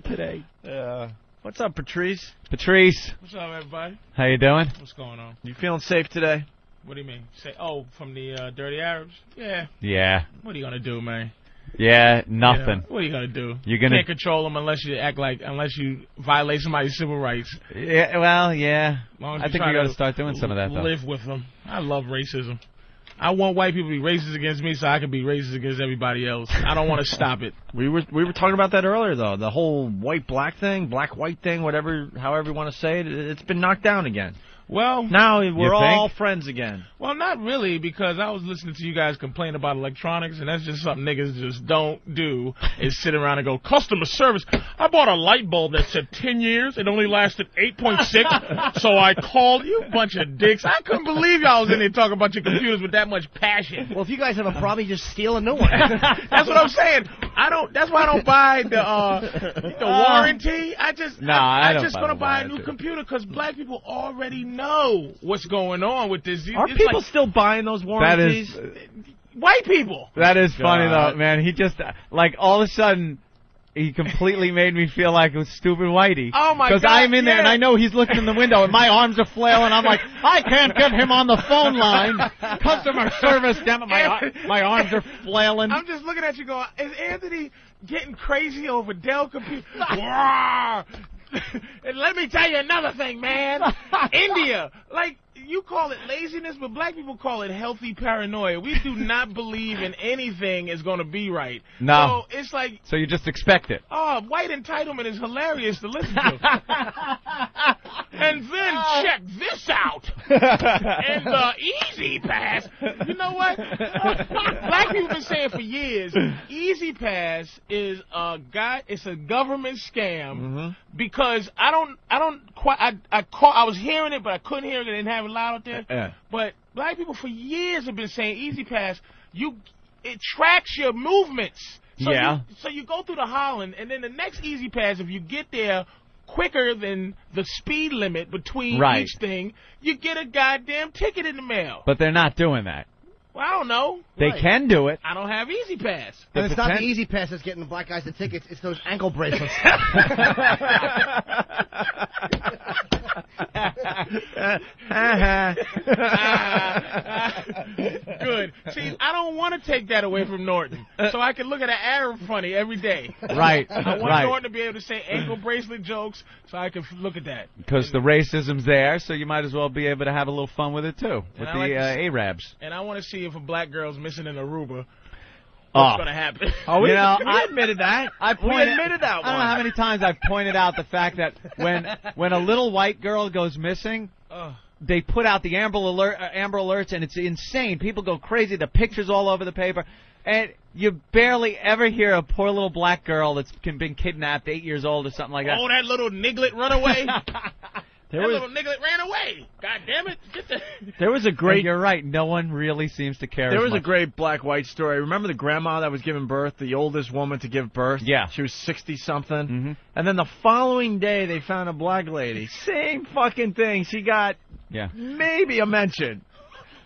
today. Uh, What's up, Patrice? Patrice, What's up, everybody? how you doing? What's going on? You feeling safe today? What do you mean? Say, oh, from the uh, Dirty Arabs? Yeah. Yeah, What are you gonna do, man? yeah, You nothing. know, what are you gonna do? You're gonna- can't control them unless you act like unless you violate somebody's civil rights. Yeah, well, yeah. Long as I you think try we got to to start doing some of that though. Live with them. I love racism. I want white people to be racist against me so I can be racist against everybody else. I don't want to stop it. We were we were talking about that earlier though. The whole white black thing, black white thing, whatever, however you want to say it, it's been knocked down again. Well, Now we're think? all friends again. well, not really because I was listening to you guys complain about electronics and that's just something niggas just don't do is sit around and go customer service. I bought a light bulb that said 10 years. It only lasted 8.6. so I called you bunch of dicks. I couldn't believe y'all was in here talking about your computers with that much passion. Well, if you guys have a problem, you just steal a new one. That's what I'm saying. I don't. That's why I don't buy the uh, the warranty. I just Nah, I I, don't just buy gonna the buy a new warranty. computer because black people already know what's going on with this. Are It's people like still buying those That warranties? is white people? that is funny God. though, man. He just uh, like all of a sudden. He completely made me feel like a stupid whitey. Oh, my Because God, I'm in there and yeah. I know he's looking in the window and my arms are flailing. I'm like, I can't get him on the phone line. Customer service, damn it, my ar- my arms are flailing. I'm just looking at you going, is Anthony getting crazy over Dell computer? Roar! and let me tell you another thing, man. India, like you call it laziness, but black people call it healthy paranoia. We do not believe in anything is going to be right. No. So it's like, So you just expect it. oh, white entitlement is hilarious to listen to. and then check this out. And the Easy Pass. You know what? Black people been saying for years, Easy Pass is a guy. It's a government scam because I don't, I don't quite. I, I caught. I was hearing it, but I couldn't hear it. I didn't have it loud uh, out there. Yeah. But black people for years have been saying Easy Pass. You, it tracks your movements. So Yeah. You, so you go through the Holland, and then the next Easy Pass, if you get there quicker than the speed limit between Right. each thing, you get a goddamn ticket in the mail. But they're not doing that. well, I don't know. They Right. can do it. I don't have Easy Pass. And it's not potent- the easy pass that's getting the black guys the tickets. It's those ankle bracelets. Uh-huh. Good. See, I don't want to take that away from Norton, so I can look at an Arab funny every day. Right, I want right. Norton to be able to say ankle bracelet jokes, so I can f- look at that. Because the racism's there, so you might as well be able to have a little fun with it too, with I the like to uh, s- Arabs. And I want to see if a black girl's missing in Aruba, Oh, Ah. what's gonna happen? we, you know, I I, admitted that. I pointed, admitted that I don't know one. how many times I've pointed out the fact that when when a little white girl goes missing, Ugh. they put out the Amber Alert, uh, Amber Alerts, and it's insane. People go crazy. The pictures all over the paper, and you barely ever hear a poor little black girl that's can- been kidnapped, eight years old or something like that. Oh, that little niglet run away. that There was little niglet ran away. God damn it. Get the... there was a And great You're right. No one really seems to care. There as was a much. great black white story. Remember the grandma that was giving birth, the oldest woman to give birth? Yeah. She was 60 something. Mm-hmm. And then the following day, they found a black lady. Same fucking thing. She got Yeah. maybe a mention.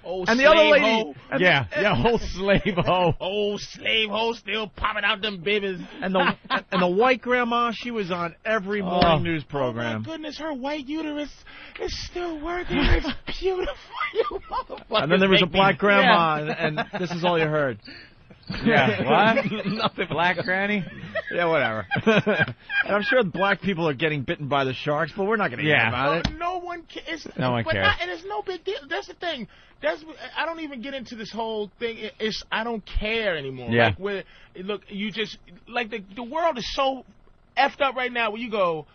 Old And the other Oh, slave lady. hoe. And Yeah, yeah, whole slave hoe. Old slave hoe still popping out them babies. And the, and the white grandma, she was on every morning Oh. news My program. goodness, her white uterus is still working. It's beautiful, you motherfucker. and then there was a black grandma, and, and this is all you heard. Yeah, what? Nothing. Black granny. Yeah, whatever. and I'm sure black people are getting bitten by the sharks, but we're not going to Yeah. hear about it. No one cares. No one but cares. Not, and it's no big deal. That's the thing. That's I don't even get into this whole thing. It- It's I don't care anymore. Yeah. Like where, look, you just like the the world is so effed up right now. Where you go.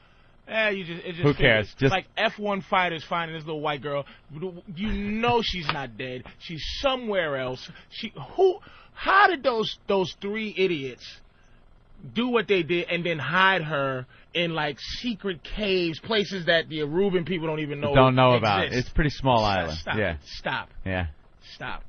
Eh, you just, it just Who cares? Just- figures. like F1 fighters finding this little white girl. You know she's not dead. She's somewhere else. She who? How did those those three idiots do what they did and then hide her in like secret caves, places that the Aruban people don't even know. Don't know about it. exist. It's a pretty small Stop, island. Stop. Yeah, Stop. yeah. Stop.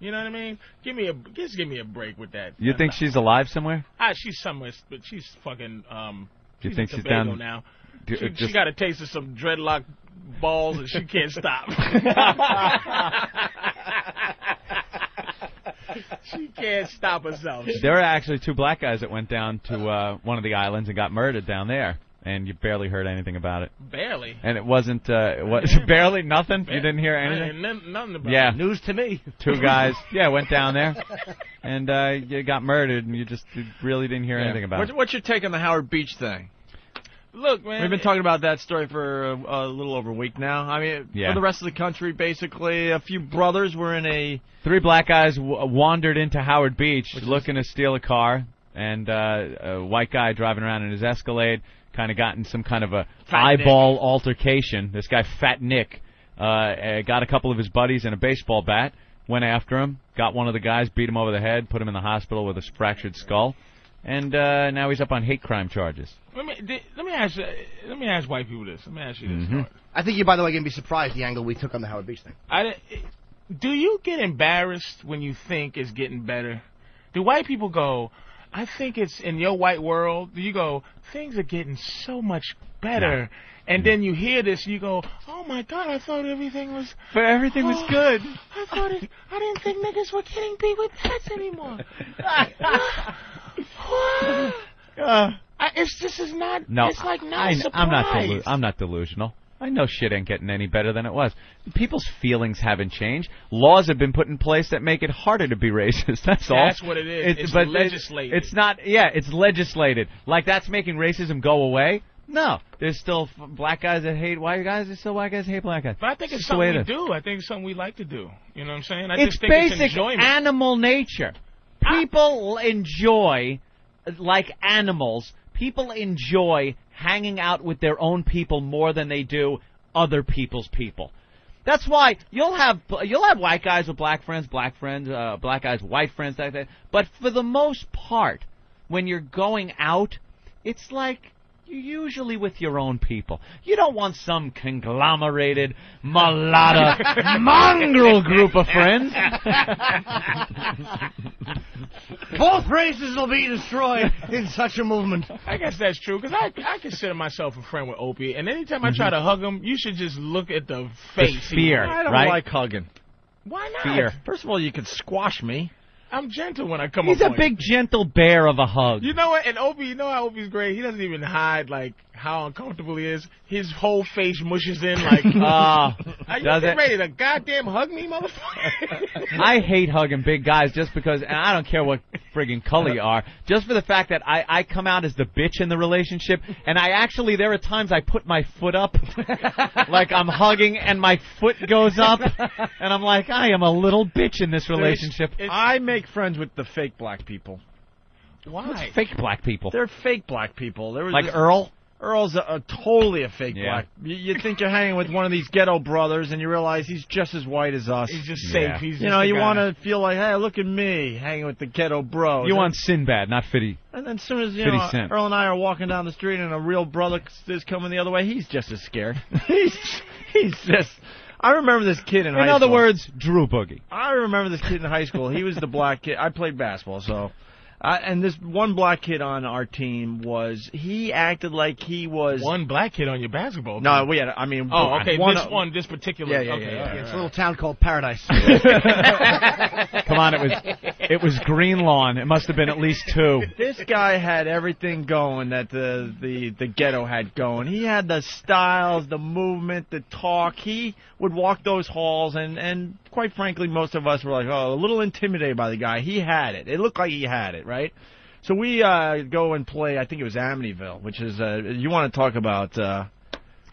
You know what I mean? Give me a just give me a break with that. You think she's alive somewhere? Ah, she's somewhere, but she's fucking um. You she's in think she's Tobago down- now? D- She, just- she got a taste of some dreadlock balls and she can't stop. she can't stop herself. There are actually two black guys that went down to uh, one of the islands and got murdered down there, and you barely heard anything about it. Barely. And it wasn't uh, it was barely nothing. You didn't hear anything. And none- nothing about Yeah, it. News to me. two guys. Yeah, went down there, and uh, you got murdered, and you just you really didn't hear anything about What's, it. what's your take on the Howard Beach thing? Look, man. Eh. We've been talking about that story for a, a little over a week now. I mean, Yeah. for the rest of the country, basically, a few brothers were in a Three black guys w- wandered into Howard Beach looking to steal a car, and uh, a white guy driving around in his Escalade kind of got in some kind of a Fat Nick. eyeball altercation. This guy, Fat Nick, uh, uh, got a couple of his buddies and a baseball bat, went after him, got one of the guys, beat him over the head, put him in the hospital with a fractured skull, and uh, now he's up on hate crime charges. Let me di- let me ask uh, let me ask white people this. Let me ask you Mm-hmm. this. Howard. I think you, by the way, going to be surprised the angle we took on the Howard Beach thing. I di- do you get embarrassed when you think it's getting better? Do white people go? I think it's in your white world. Do you go? Things are getting so much better, and Mm-hmm. then you hear this, you go, "Oh my God! I thought everything was." But everything was Oh, good. I thought it, I didn't think niggas were getting beat with bats anymore. What? Uh, I, it's this is not. No, it's like not I, a am not. surprise. Delu- I'm not delusional. I know shit ain't getting any better than it was. People's feelings haven't changed. Laws have been put in place that make it harder to be racist. That's all. That's what it is. It's but it- legislated. it's not. Yeah, it's legislated. Like that's making racism go away. No, there's still f- black guys that hate white guys. There's still white guys that hate black guys. But I think it's Just the way something we it is. do. I think it's something we like to do. You know what I'm saying? I It's just think it's basic enjoyment. animal nature. People enjoy, like animals, people enjoy hanging out with their own people more than they do other people's people. That's why you'll have you'll have white guys with black friends, black friends, uh, black guys, white friends, that, that. But for the most part, when you're going out, it's like you're usually with your own people. You don't want some conglomerated, mulatto, mongrel group of friends. Both races will be destroyed in such a movement. I guess that's true because I I consider myself a friend with Opie, and anytime I try to hug him, you should just look at the face. Mm-hmm. fear. I don't Right? like hugging. Why not? Fear. First of all, you could squash me. I'm gentle when I come. He's up a on big gentle bear of a hug. You know what? And Opie, you know how Opie's great. He doesn't even hide like how uncomfortable he is. His whole face mushes in like. uh, Ah, Are you does getting it? ready to goddamn hug me, motherfucker? I hate hugging big guys just because, and I don't care what friggin' color you are, just for the fact that I, I come out as the bitch in the relationship, and I actually, there are times I put my foot up, like I'm hugging and my foot goes up, and I'm like, I am a little bitch in this relationship. It's- I make friends with the fake black people. Why? Fake black people. They're fake black people. There was Like this- Earl? Earl's a, a totally a fake Yeah. black. You, you think you're hanging with one of these ghetto brothers, and you realize he's just as white as us. He's just safe. Yeah. He's you just know, the you guy. want to feel like, hey, look at me hanging with the ghetto Oh, bros. You And- want Sinbad, not Fiddy. And then as soon as you 50 know, Cent. Earl and I are walking down the street, and a real brother is coming the other way. He's just as scared. he's he's just. I remember this kid In in, high other school. words, Drew Boogie. I remember this kid in high school. He was the black kid. I played basketball, so. I, and this one black kid on our team was he acted like he was one black kid on your basketball. No, team. we had. I mean, Oh, okay. One, this one, this particular. Yeah, yeah, okay, yeah, yeah. all right, It's all a right. little town called Paradise. Come on, it was it was Green Lawn. It must have been at least two. This guy had everything going that the, the the ghetto had going. He had the styles, the movement, the talk. He would walk those halls, and and quite frankly, most of us were like, oh, a little intimidated by the guy. He had it. It looked like he had it, right? So we uh, go and play. I think it was Amityville, which is uh, you want to talk about uh,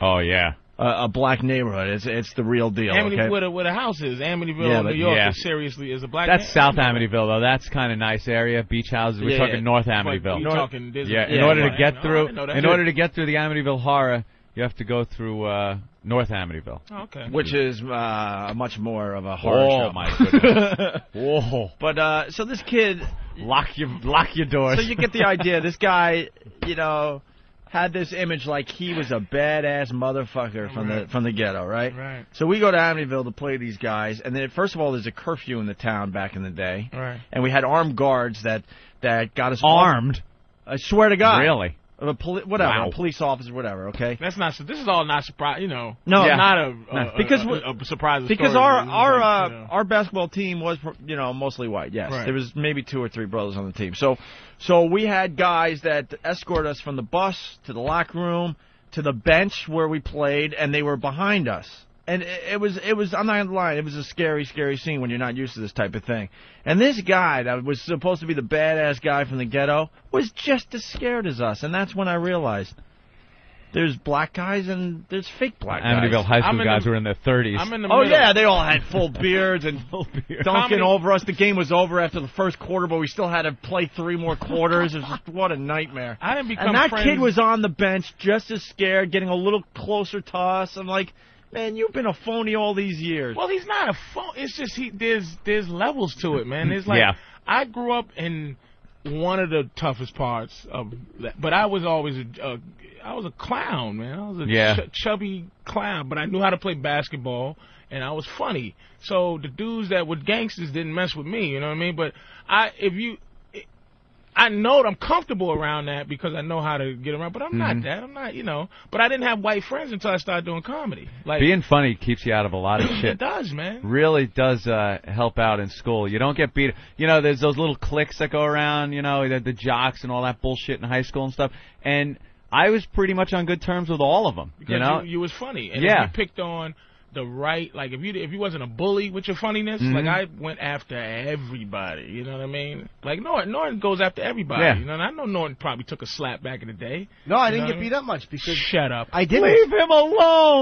Oh yeah. a, a black neighborhood. It's it's the real deal. Amity, okay? where, the, where the house is, Amityville, Yeah, New but- York, yeah. is seriously is a black. That's man. South Amityville though. That's kind of nice area. Beach houses. We're Yeah, talking yeah. North Like, Amityville. you talking? there's a- yeah, In Yeah, order to yeah. get I through, didn't know that. in order to get through the Amityville horror, you have to go through uh, North Amityville. Okay. which is uh, much more of a horror Oh show. my goodness. Whoa. But uh, so this kid, Lock your lock your doors. So you get the idea. This guy, you know, had this image like he was a badass motherfucker from the from the ghetto, right? Right. So we go to Amityville to play these guys, and then first of all, there's a curfew in the town back in the day, Right. and we had armed guards that that got us off- armed. I swear to God, Really? of a poli- whatever, Wow. a police officer, whatever. Okay. That's not. This is all not surprise. You know, No. Yeah. not a, No, a- because a, we- a, a surprise. Because story, our but it was our like, uh, you know. our basketball team was you know mostly white. Yes, Right. there was maybe two or three brothers on the team. So so we had guys that escorted us from the bus to the locker room to the bench where we played, and they were behind us. And it, it was it was I'm not lying. It was a scary scary scene when you're not used to this type of thing. And this guy that was supposed to be the badass guy from the ghetto was just as scared as us. And that's when I realized. There's black guys and there's fake black guys. Amityville High I'm School in guys the- were in their 30s. I'm in the Oh middle. yeah, they all had full beards and dunking Tommy- over us. The game was over after the first quarter, but we still had to play three more quarters. It was just, what a nightmare. I didn't become And that friends. kid was on the bench, just as scared, getting a little closer to us. I'm like, man, you've been a phony all these years. Well, he's not a phone. It's just he there's there's levels to it, man. It's like Yeah. I grew up in one of the toughest parts of, that, but I was always a, a I was a clown, man. I was a Yeah. chu- chubby clown, but I knew how to play basketball and I was funny. So the dudes that were gangsters didn't mess with me, you know what I mean? But I if you I know that I'm comfortable around that because I know how to get around, but I'm Mm-hmm. not that. I'm not, you know. But I didn't have white friends until I started doing comedy. Like Being funny keeps you out of a lot of it shit. does, man. Really does uh, help out in school. You don't get beat. You know, there's those little cliques that go around. You know, the, the jocks and all that bullshit in high school and stuff. And I was pretty much on good terms with all of them. because you know, you, was funny and Yeah. if you picked on the right like if you if you wasn't a bully with your funniness like I Mm-hmm. went after everybody you know what I mean like Norton Norton goes after everybody Yeah. you know and I know Norton probably took a slap back in the day No, I You know didn't what get I beat up much because shut up I didn't. leave him alone.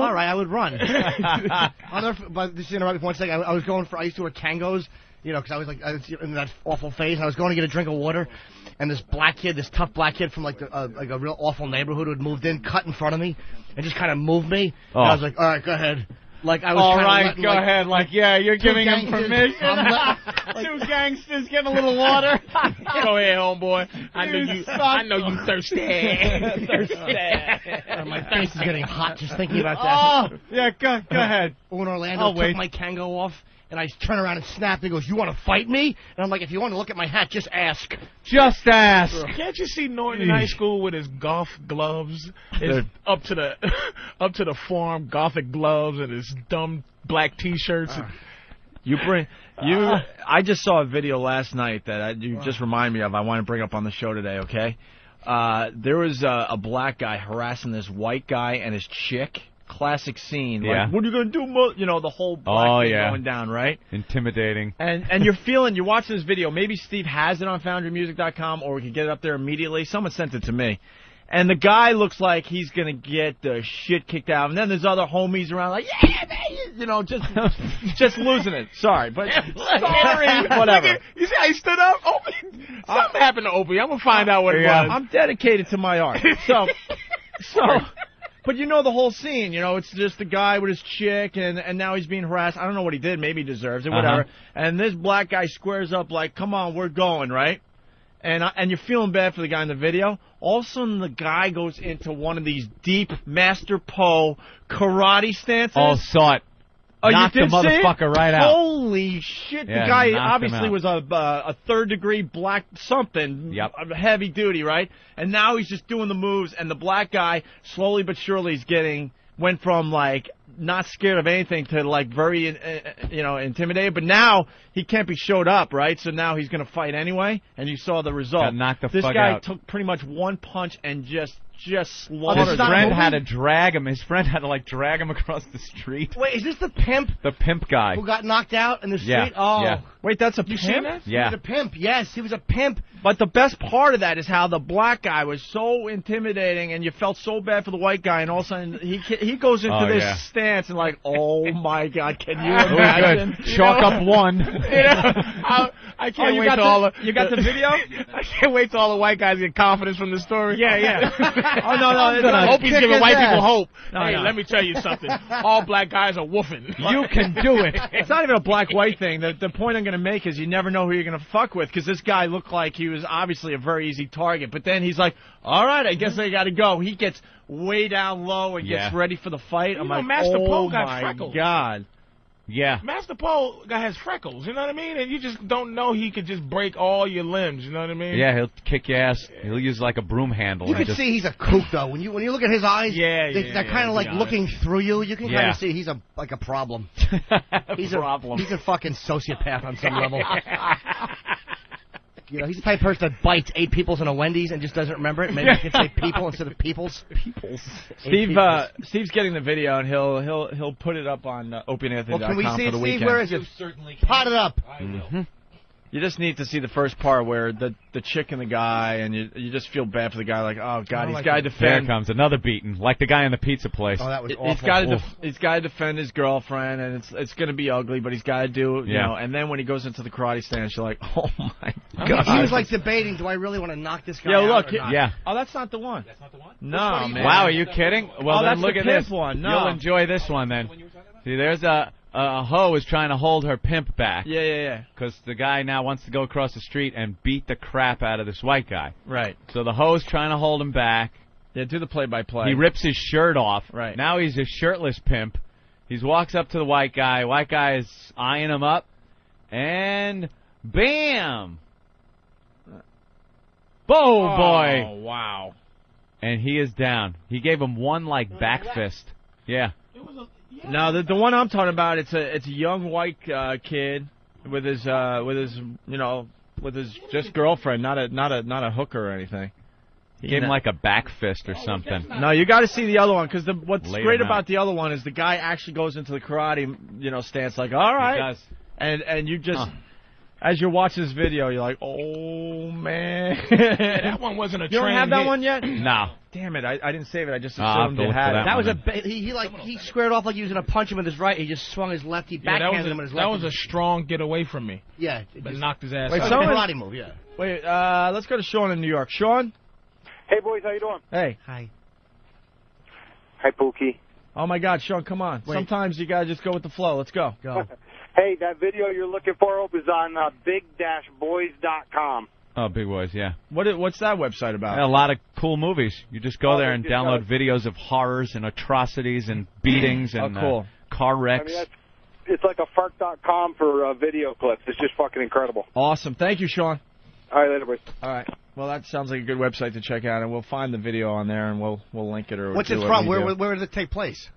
All right, I would run. Other, but just to interrupt you for one second, I, I was going for. I used to wear tangos, you know, because I was like I was in that awful phase. And I was going to get a drink of water, and this black kid, this tough black kid from like the, uh, like a real awful neighborhood who had moved in, cut in front of me, and just kind of moved me. And Oh. I was like, all right, go ahead. Like I was. All kinda right, letting, go like, ahead. Like, yeah, you're two giving him gangsters- permission. I'm let- like, Two gangsters, get a little water. go ahead homeboy I know You you suck. I know you thirsty God, my face is getting hot just thinking about that. oh, yeah, go, go ahead. When Orlando I'll took wait. my tango off. And I turn around and snap. He goes, "You want to fight me?" And I'm like, "If you want to look at my hat, just ask." Just ask. Can't you see Norton in high school with his golf gloves, his They're- up to the up to the form gothic gloves and his dumb black t-shirts? You bring you. I just saw a video last night that I, you just remind me of. I want to bring up on the show today. Okay, uh, there was a, a black guy harassing this white guy and his chick. Classic scene. Yeah. Like, what are you gonna do? Mo-? You know the whole black Oh, thing yeah. going down, right? Intimidating. And and you're feeling. You're watching this video. Maybe Steve has it on FoundryMusic.com, or we could get it up there immediately. Someone sent it to me. And the guy looks like he's gonna get the shit kicked out. And then there's other homies around, like, yeah, man, you know, just just losing it. Sorry, but sorry, whatever. Uh, You see how he stood up? Opie, something happened to Opie. I'm gonna find out what it Yeah. was. I'm dedicated to my art. So, so, but you know the whole scene. You know, it's just the guy with his chick, and and now he's being harassed. I don't know what he did. Maybe he deserves it. Uh-huh. Whatever. And this black guy squares up like, "Come on, we're going right." And I, and you're feeling bad for the guy in the video. All of a sudden, the guy goes into one of these deep Master Poe karate stances. Oh, saw it. Oh, knocked you did the motherfucker see it? right out. Holy shit! Yeah, the guy knocked him obviously out. was a uh, a third degree black something, Yep. a heavy duty, right? And now he's just doing the moves, and the black guy slowly but surely is getting went from like not scared of anything to like very uh, uh, you know intimidated. But now he can't be showed up, right? So now he's gonna fight anyway, and you saw the result. Got knocked the this fuck guy out. took pretty much one punch and just just Oh, His slaughtered. it's not a friend movie? had to drag him. His friend had to like drag him across the street. Wait, is this the pimp The pimp guy. who got knocked out in the street? Yeah, Oh, yeah. Wait, that's a you seen pimp? that? He Yeah. was a pimp. Yes, he was a pimp. But the best part of that is how the black guy was so intimidating, and you felt so bad for the white guy, and all of a sudden he ca- he goes into Oh, this yeah. stance and like, oh my god, can you Oh, good. imagine? You Chalk know? up one. I, I can't Oh, you wait got till the- all the you got the video? I can't wait till all the white guys get confidence from the story. Yeah, yeah. oh no, no, it's gonna not. Opie's giving white people hope. No, hey, no. let me tell you something. All black guys are woofing. you can do it. It's not even a black-white thing. The, the point I'm going to make is you never know who you're going to fuck with because this guy looked like he was obviously a very easy target. But then he's like, "All right, I guess I got to go." He gets way down low and Yeah. gets ready for the fight. I'm know, like, Master "Oh Poe got my freckles." god!" Yeah. Master Pole guy has freckles, you know what I mean? And you just don't know he could just break all your limbs, you know what I mean? Yeah, he'll kick your ass. He'll use like a broom handle. You and can just- see he's a kook though. When you when you look at his eyes, Yeah, they, yeah, they're yeah, kind of to be like honest. looking through you. You can kind Yeah. of see he's a like a problem. He's Problem. a he's a fucking sociopath on some level. You know, he's the type of person that bites eight peoples in a Wendy's and just doesn't remember it. Maybe he can say people instead of peoples. Peoples. Steve uh, Steve's getting the video and he'll he'll he'll put it up on uh, openanthony.com well, can we see for it, the Steve? weekend. Where is it? certainly Pot it up. I will. You just need to see the first part where the the chick and the guy, and you you just feel bad for the guy. Like, oh god, he's like got to it. There defend. comes another beating, like the guy in the pizza place. Oh, that was awful. He's got to Oof. def- he's got to defend his girlfriend, and it's it's gonna be ugly, but he's got to do you Yeah. know. And then when he goes into the karate stance, you're like, oh my god. He was like debating, do I really want to knock this guy Yo, out look, or he- not? yeah. oh, that's not the one. That's not the one? No man. Wow, are you kidding? Well, Oh, then that's look the at pimp this one. No. You'll enjoy this one then. you were talking about? See, there's a a hoe is trying to hold her pimp back Yeah, yeah, yeah. because the guy now wants to go across the street and beat the crap out of this white guy. Right. So the hoe's trying to hold him back. Yeah, do the play-by-play. He rips his shirt off. Right. Now he's a shirtless pimp. He walks up to the white guy. White guy is eyeing him up. And bam! Uh. Boom, oh boy! wow. And he is down. He gave him one, like, back fist. Yeah. It was a, yeah. Now the the one I'm talking about, it's a it's a young white uh, kid with his uh with his you know with his just girlfriend, not a not a not a hooker or anything. He gave him, No. like, a back fist Oh, or something. No, you got to see the other one because what's Laid great him about out. the other one is the guy actually goes into the karate you know stance like all He right, does. and and you just Huh. as you watch this video, you're like oh man. that one wasn't a you don't train have that hit. one yet. No. Damn it! I, I didn't save it. I just I'll have assumed to it look for had that it. That was a one. ba- he, he like he squared off like he was gonna punch him with his right. He just swung his left. He Yeah, that was backhanded a, him with his that left. was a strong get away from me, yeah, it but just- knocked his ass Wait, out. That was Someone- a karate move. Yeah. Wait, uh, let's go to Sean in New York. Sean, Hey boys, how you doing? hey. Hi. Hi Pookie. Oh my God, Sean, come on! Wait. Sometimes you gotta just go with the flow. Let's go. Go. Hey, that video you're looking for Hope, is on uh, big-boys.com. Oh, Big Boys, yeah. What i- what's that website about? A lot of cool movies. You just go Oh, there they and just download videos of horrors and atrocities and beatings Oh, and cool. uh, car I wrecks. mean, that's, it's like a fark.com for uh, video clips. It's just fucking incredible. Awesome. Thank you, Sean. All right, later boys. All right. Well, that sounds like a good website to check out, and we'll find the video on there, and we'll we'll link it or What's do it what from? we Where, do. where where did it take place?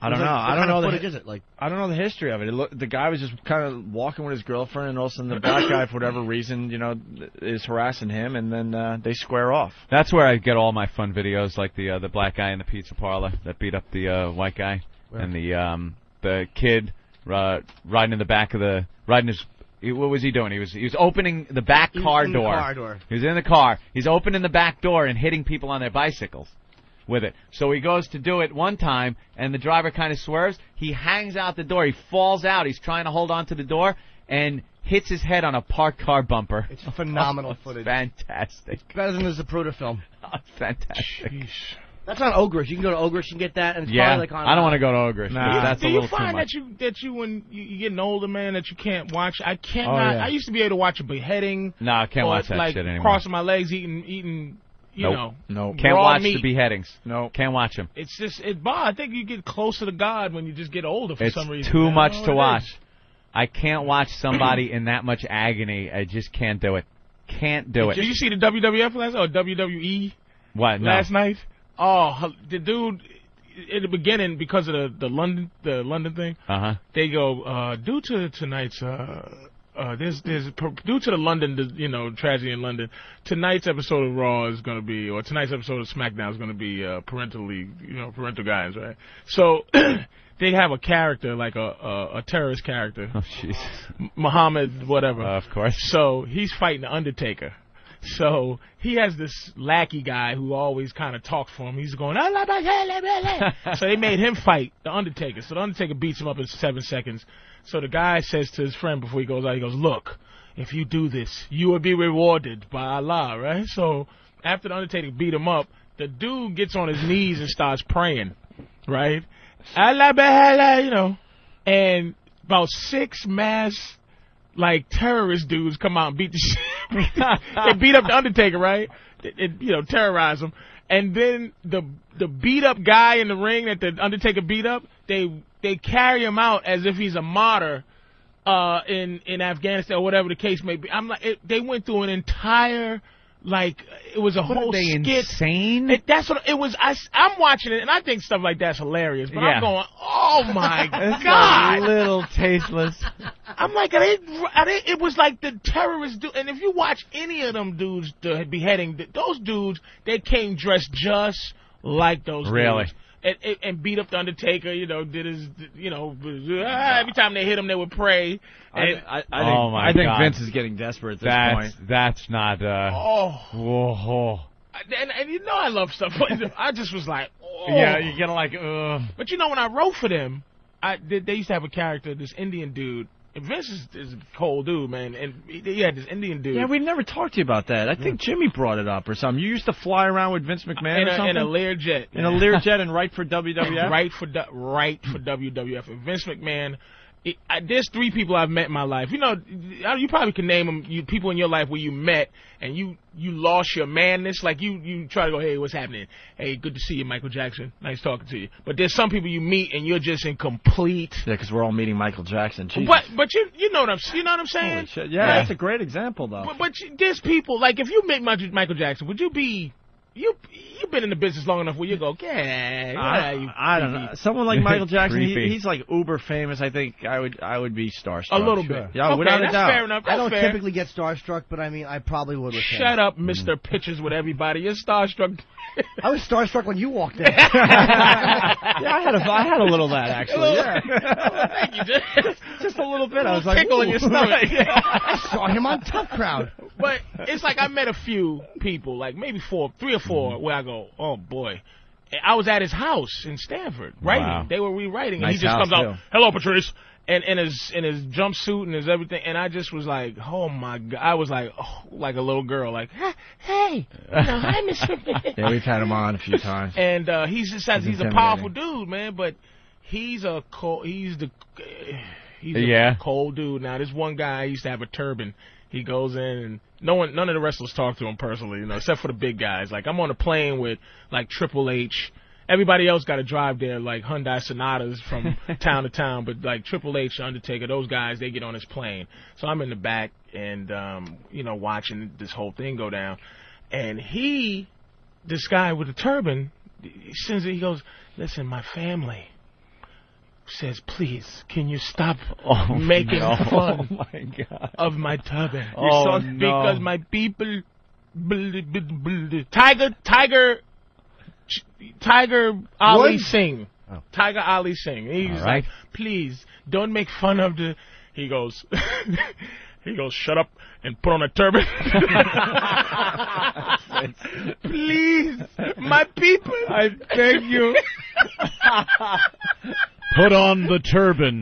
I don't Like, know. what I don't kind know of the footage is it like. I don't know the history of it. it look, the guy was just kind of walking with his girlfriend, and all of a sudden the black guy, for whatever reason, you know, is harassing him, and then uh, they square off. That's where I get all my fun videos, like the uh, the black guy in the pizza parlor that beat up the uh, white guy, and the um the kid uh, riding in the back of the riding his. he- What was he doing? He was he was opening the back was car in the door. car door. He was in the car. He's opening the back door and hitting people on their bicycles with it. So he goes to do it one time, and the driver kind of swerves. He hangs out the door. He falls out. He's trying to hold on to the door and hits his head on a parked car bumper. It's phenomenal footage. Fantastic. Better than the Zapruder film. Fantastic. That's on Ogrish. You can go to Ogrish and get that. And it's Yeah, probably like on. I don't want to go to Ogrish. Nah. Nah, that's do a you little too find much. that you that you when you, you get an older man that you can't watch? I cannot. yeah. I used to be able to watch a beheading. Nah, I Oh, can't or, watch that like, shit anymore. Crossing my legs, eating eating. You Nope. know, Nope. Can't raw watch meat. the beheadings. No. Can't watch them. It's just it. Bah, I think you get closer to God when you just get older for It's some reason. I too don't much know what to it watch. is. I can't watch somebody in that much agony. I just can't do it. Can't do it. Did you see the WWF last or WWE what? No. last night? Oh, h- the dude in the beginning because of the the London the London thing. Uh huh. they go uh, due to tonight's uh, uh, there's there's due to the London you know tragedy in London. Tonight's episode of Raw is going to be or tonight's episode of SmackDown is going to be uh, parentally you know parental guidance, right? So they have a character like a a, a terrorist character, Oh jeez. Muhammad whatever. Uh, of course. So he's fighting the Undertaker. So he has this lackey guy who always kind of talks for him. He's going, "Ah, la, la, la, la, la, la." so they made him fight the Undertaker. So the Undertaker beats him up in seven seconds. So the guy says to his friend before he goes out, he goes, "Look, if you do this, you will be rewarded by Allah." Right? So after the Undertaker beat him up, the dude gets on his knees and starts praying. Right? Allah, la, la, you know, and about six mass like terrorist dudes come out and beat the shit. they beat up the Undertaker, right? It, it, you know, terrorize him. and then the the beat up guy in the ring that the Undertaker beat up, they they carry him out as if he's a martyr uh, in in Afghanistan or whatever the case may be. I'm like, it, they went through an entire like it was a What whole are they skit. insane? It, that's what it was. I, am watching it, and I think stuff like that's hilarious. But Yeah. I'm going, oh my It's god! a little tasteless. I'm like, are they, are they, it was like the terrorists do. And if you watch any of them dudes, the beheading, th- those dudes, they came dressed just like those Really? dudes. And, and, and beat up the Undertaker, you know, did his, you know, ah, every time they hit him, they would pray. And, I, I, I Oh think, my I think God. Vince is getting desperate at this That's point. that's not. Uh, oh, whoa. and, and you know, I love stuff. like that. I just was like, oh. Yeah, you're gonna like. Uh, But you know, when I wrote for them, I they, they used to have a character, this Indian dude. And Vince is, is a cold dude, man. And he, he had this Indian dude. Yeah, we never talked to you about that. I think Jimmy brought it up or something. You used to fly around with Vince McMahon in or a, something in a Learjet. in a Learjet and write for WWF. right for du- right for WWF and Vince McMahon. It, I, there's three people I've met in my life. You know, I- you probably can name them. You people in your life where you met and you you lost your manness. Like you you try to go, hey, what's happening? Hey, good to see you, Michael Jackson. Nice talking to you. But there's some people you meet and you're just in complete. Yeah, because we're all meeting Michael Jackson. Jesus. But but you you know what I'm you know what I'm saying? Holy shit. Yeah, Like, that's a great example though. but, but you- there's people like if you met Michael Michael Jackson, would you be you you've been in the business long enough where you go, yeah, yeah, you I, I don't know. creepy." Someone like Michael Jackson, he, Creepy. he's like uber famous. I think I would I would be starstruck. A little bit. Yeah, okay, without that's a doubt. fair enough. That's I don't fair. typically get starstruck, but I mean, I probably would with him. Shut up, Mm-hmm. Mr. Pictures with everybody. You're starstruck. I was starstruck when you walked in. Yeah, I had a I had a little of that actually. Yeah. Oh, Thank you, Jay. Just a little bit. Little I was like, tickle in ooh. your stomach. I saw him on Tough Crowd. but it's like I met a few people, like maybe four, three or four, where I go, oh boy. I was at his house in Stanford writing. Wow. They were rewriting, and Nice he just house, comes out, too. "Hello, Patrice," and in his in his jumpsuit and his everything. And I just was like, "Oh my god!" I was like, oh, like a little girl, like, "Huh, "Hey, you know, hi, Mr. Pitt." Yeah, we've had him on a few times. and uh, he's just says He's he's a powerful dude, man. But he's a cold. He's the he's a Yeah. cold dude. Now this one guy used to have a turban. He goes in and no one, none of the wrestlers talk to him personally, you know, except for the big guys. Like I'm on a plane with like Triple H. Everybody else got to drive their like Hyundai Sonatas from town to town, but like Triple H, Undertaker, those guys, they get on his plane. So I'm in the back and um, you know watching this whole thing go down, and he this guy with the turban he sends it, he goes, Listen, my family says, Please, can you stop making Oh fun my god. of my turban? Oh, Because- no. Because my people. bl- bl- bl- Tiger, Tiger, Ch- Tiger Ali Woods? Singh. Tiger Ali Singh. He's Oh. All like, right. Please, don't make fun of the. He goes. He goes, shut up and put on a turban. Please, my people. I beg you. Put on the turban.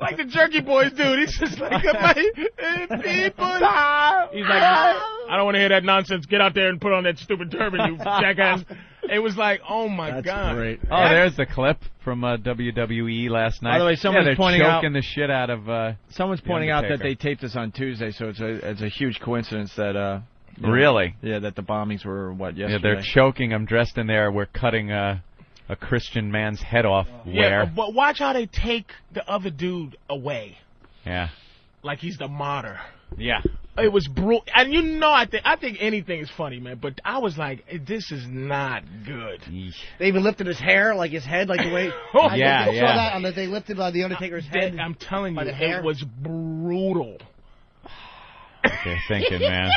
like the Jerky Boys dude. He's just like, my people. He's like, I don't want to hear that nonsense. Get out there and put on that stupid turban, you jackass. It was like, oh my That's god. great. Oh, there's the clip from uh, WWE last night. By the way, someone's yeah, they're pointing out- choking the shit out of. Uh, Someone's pointing out that Undertaker. they taped this on Tuesday, so it's a it's a huge coincidence that uh you know, really? yeah that the bombings were what Yeah, yesterday. they're choking. I'm dressed in there. We're cutting a, a Christian man's head off. Yeah, Where? but watch how they take the other dude away, Yeah. like he's the martyr. Yeah. It was brutal, and you know, I think I think anything is funny, man. But I was like, this is not good. Yeesh. They even lifted his hair, like his head, like the way. Oh, I yeah, saw yeah. that on that they lifted uh, the Undertaker's head. That- I'm telling you, By the hair? it was brutal. They're thinking, man.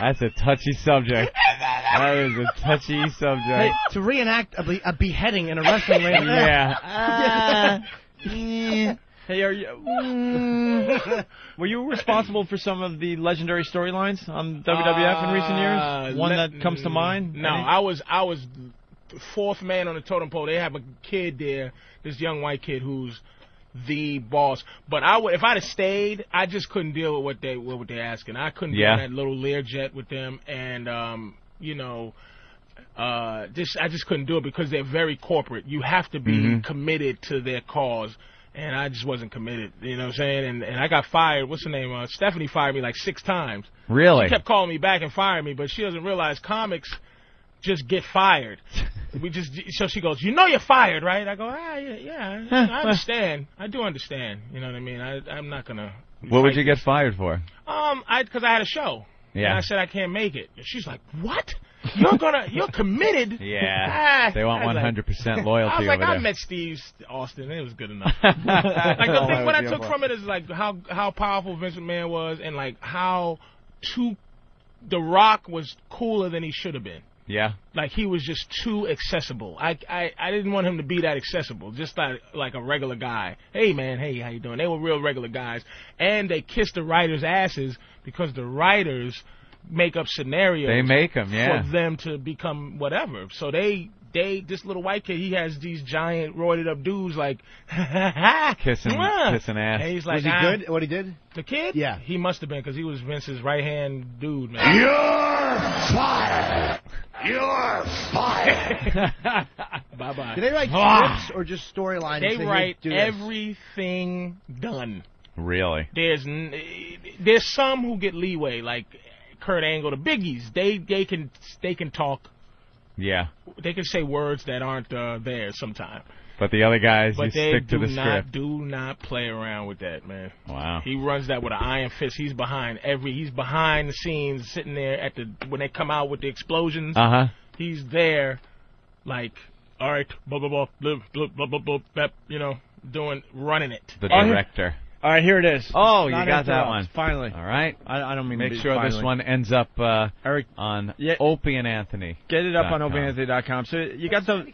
That's a touchy subject. That is a touchy Hey, subject. to reenact a, be- a beheading in a wrestling ring. Yeah. Uh, Hey, are you mm. were you responsible for some of the legendary storylines on WWF in recent years? Uh, One let- that comes to mind? No, Any? I was I was fourth man on the totem pole. They have a kid there, this young white kid who's the boss. But I would if I'd have stayed, I just couldn't deal with what they what they asking. I couldn't Yeah. yeah. that little Learjet with them, and um, you know. Uh, just I just couldn't do it because they're very corporate. You have to be Mm-hmm. committed to their cause, and I just wasn't committed. You know what I'm saying? And and I got fired. What's her name? Uh, Stephanie fired me like six times Really? kept calling me back and firing me, but she doesn't realize comics just get fired. We just so she goes, you know, you're fired, right? I go, ah, yeah, yeah I- I understand. I do understand. You know what I mean? I, I'm not gonna. What would you get fired for? Um, I because I had a show. And Yeah. I said I can't make it. And she's like, what? You're gonna, you're committed. Yeah. Ah, They want I was like- 100% I was loyalty like, over I there. met Steve Austin. It was good enough. like the thing, what I took from it is like how how powerful Vince McMahon was, and like how too, The Rock was cooler than he should have been. yeah. Like he was just too accessible. I, I I didn't want him to be that accessible. Just like like a regular guy. Hey man, hey how you doing? They were real regular guys, and they kissed the writers' asses because the writers make up scenarios They make 'em, yeah. for them to become whatever. So they they this little white kid he has these giant roided up dudes like Kissing- Mwah. kissing ass. And he's like, was he "Ah, good? at What he did? The kid? Yeah. he must have been because he was Vince's right hand dude man. bye bye. Do they write Ah. scripts or just storylines? They and say, write "Here, do this"? everything done. Really? There's n- there's some who get leeway, like Kurt Angle, the Biggies. They they can they can talk. Yeah. They can say words that aren't uh, there sometimes, But the other guys, but you they stick to do the not script. do not play around with that, man. Wow. He runs that with an iron fist. He's behind every. He's behind the scenes, sitting there at the when they come out with the explosions. Uh huh. he's there, like, all right, blah blah blah, blah blah blah blah, blah, blah you know, doing running it. The Are you- director. All right, here it is. Oh, you Not got that interrupt. one. Finally. All right. I, I don't mean to Make be sure this finally. one ends up uh, Eric, on Yeah. Opie and Anthony. Get it up dot com. on openanthony.com. So you got the.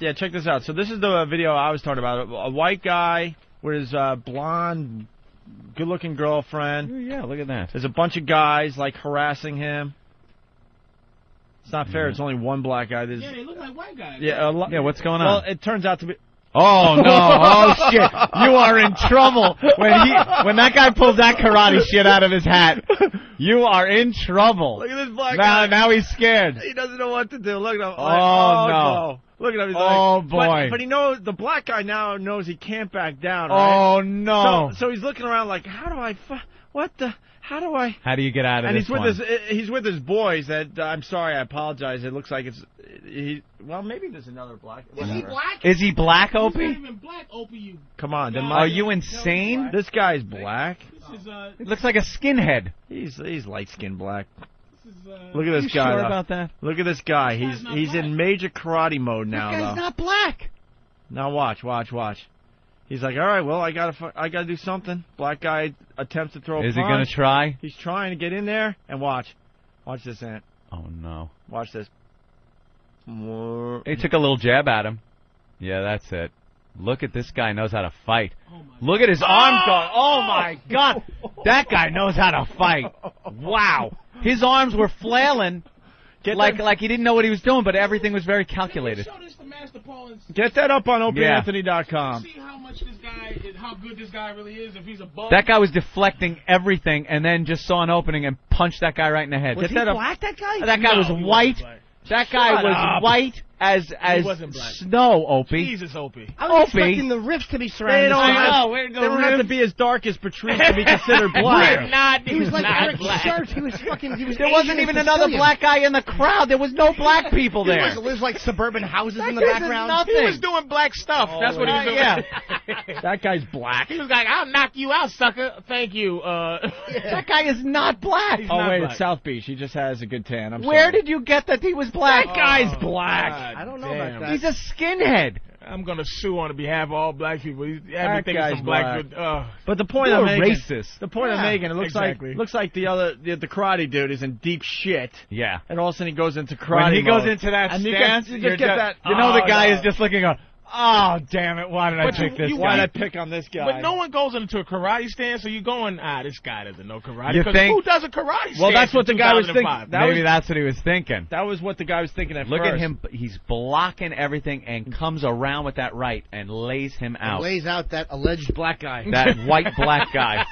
Yeah, check this out. So this is the uh, video I was talking about. A a white guy with his uh, blonde, good-looking girlfriend. Ooh, Yeah, look at that. There's a bunch of guys like harassing him. It's not fair. It's only one black guy. There's, Yeah, they look like white guys. Mm-hmm. yeah, a lot. Yeah, what's going Well, on? it turns out to be. Oh no! Oh shit! You are in trouble when he when that guy pulls that karate shit out of his hat. You are in trouble. Look at this black Now, guy. now he's scared. He doesn't know what to do. Look at him. Oh, Oh, no. Look at him. He's Oh, like, boy. But, but he knows the black guy now knows he can't back down. right? Oh no! So, so he's looking around like, how do I? Fu- what the? How do I? How do you get out of and this he's with one? his eh, he's with his boys. That uh, I'm sorry, I apologize. It looks like it's he. Well, maybe there's another black. whatever. black? Is he black, Opie? even black, Opie. You. Come on, then No. my, Are you insane? this guy's black. This is uh. It looks like a skinhead. He's he's light skinned black. This is uh. Look at this you guy. sure though. about that? Look at this guy. He's not he's black. in major karate mode now. This guy's though. not black. Now watch, watch, watch. He's like, all right, well, I gotta fu- I gotta do something. Black guy attempts to throw. a Is he gonna punch. try? He's trying to get in there and watch, watch this ant. Oh no! Watch this. More. He took a little jab at him. Yeah, that's it. Look at this guy knows how to fight. Oh, Look at his arm going. Oh my god. That guy knows how to fight. Wow. His arms were flailing Get like that, like he didn't know what he was doing, but everything was very calculated. Show this to Master Paul and get that up on Yeah. openanthony.com. see how much this guy, is, how good this guy really is. If he's a bum. That guy was deflecting everything and then just saw an opening and punched that guy right in the head. Get that, up. That guy. that guy No, he was wasn't white. black. That guy Shut was up. white as as wasn't black. snow, Opie. Jesus, Opie. I was Opie. expecting the riffs to be surrounded. They don't, by- have, know, where they the don't have to rim- be as dark as Patrice to be considered black. not. He was like Eric Church. He was fucking. He was. There Asian wasn't and even another Sicilian. black guy in the crowd. There was no black people He there. was- lives like suburban houses in the This is background. nothing. He was doing black stuff. That's what he was Uh, doing. yeah. that guy's black. He was like, "I'll knock you out, sucker. Thank you." Uh, That guy is not black. He's Oh not wait, black. it's South Beach. He just has a good tan. I'm Where sorry. did you get that he was black? That guy's black. I don't know about that. He's a skinhead. I'm gonna sue on behalf of all black people. He's- Everything is guy's some black. black. dude. Uh, But the point You're I'm a making, racist. the point I'm Yeah, making, it looks exactly. like looks like the other the, the karate dude is in deep shit, Yeah. and all of a sudden he goes into karate. When he goes mode. into that and you stance, get- you you're just get ju- that. you know the "Oh, guy no. is just looking on. Oh damn it! Why did I But you- pick this you- Why guy? did I pick on this guy? But no one goes into a karate stance, so you're going, ah, this guy doesn't know karate. You 'Cause think- who does a karate stance? Well, that's what in the guy was 2005? thinking. that Maybe was- that's what he was thinking. That was what the guy was thinking at Look first. at him. He's blocking everything and comes around with that right and lays him out. Lays out that alleged black guy. That white black guy.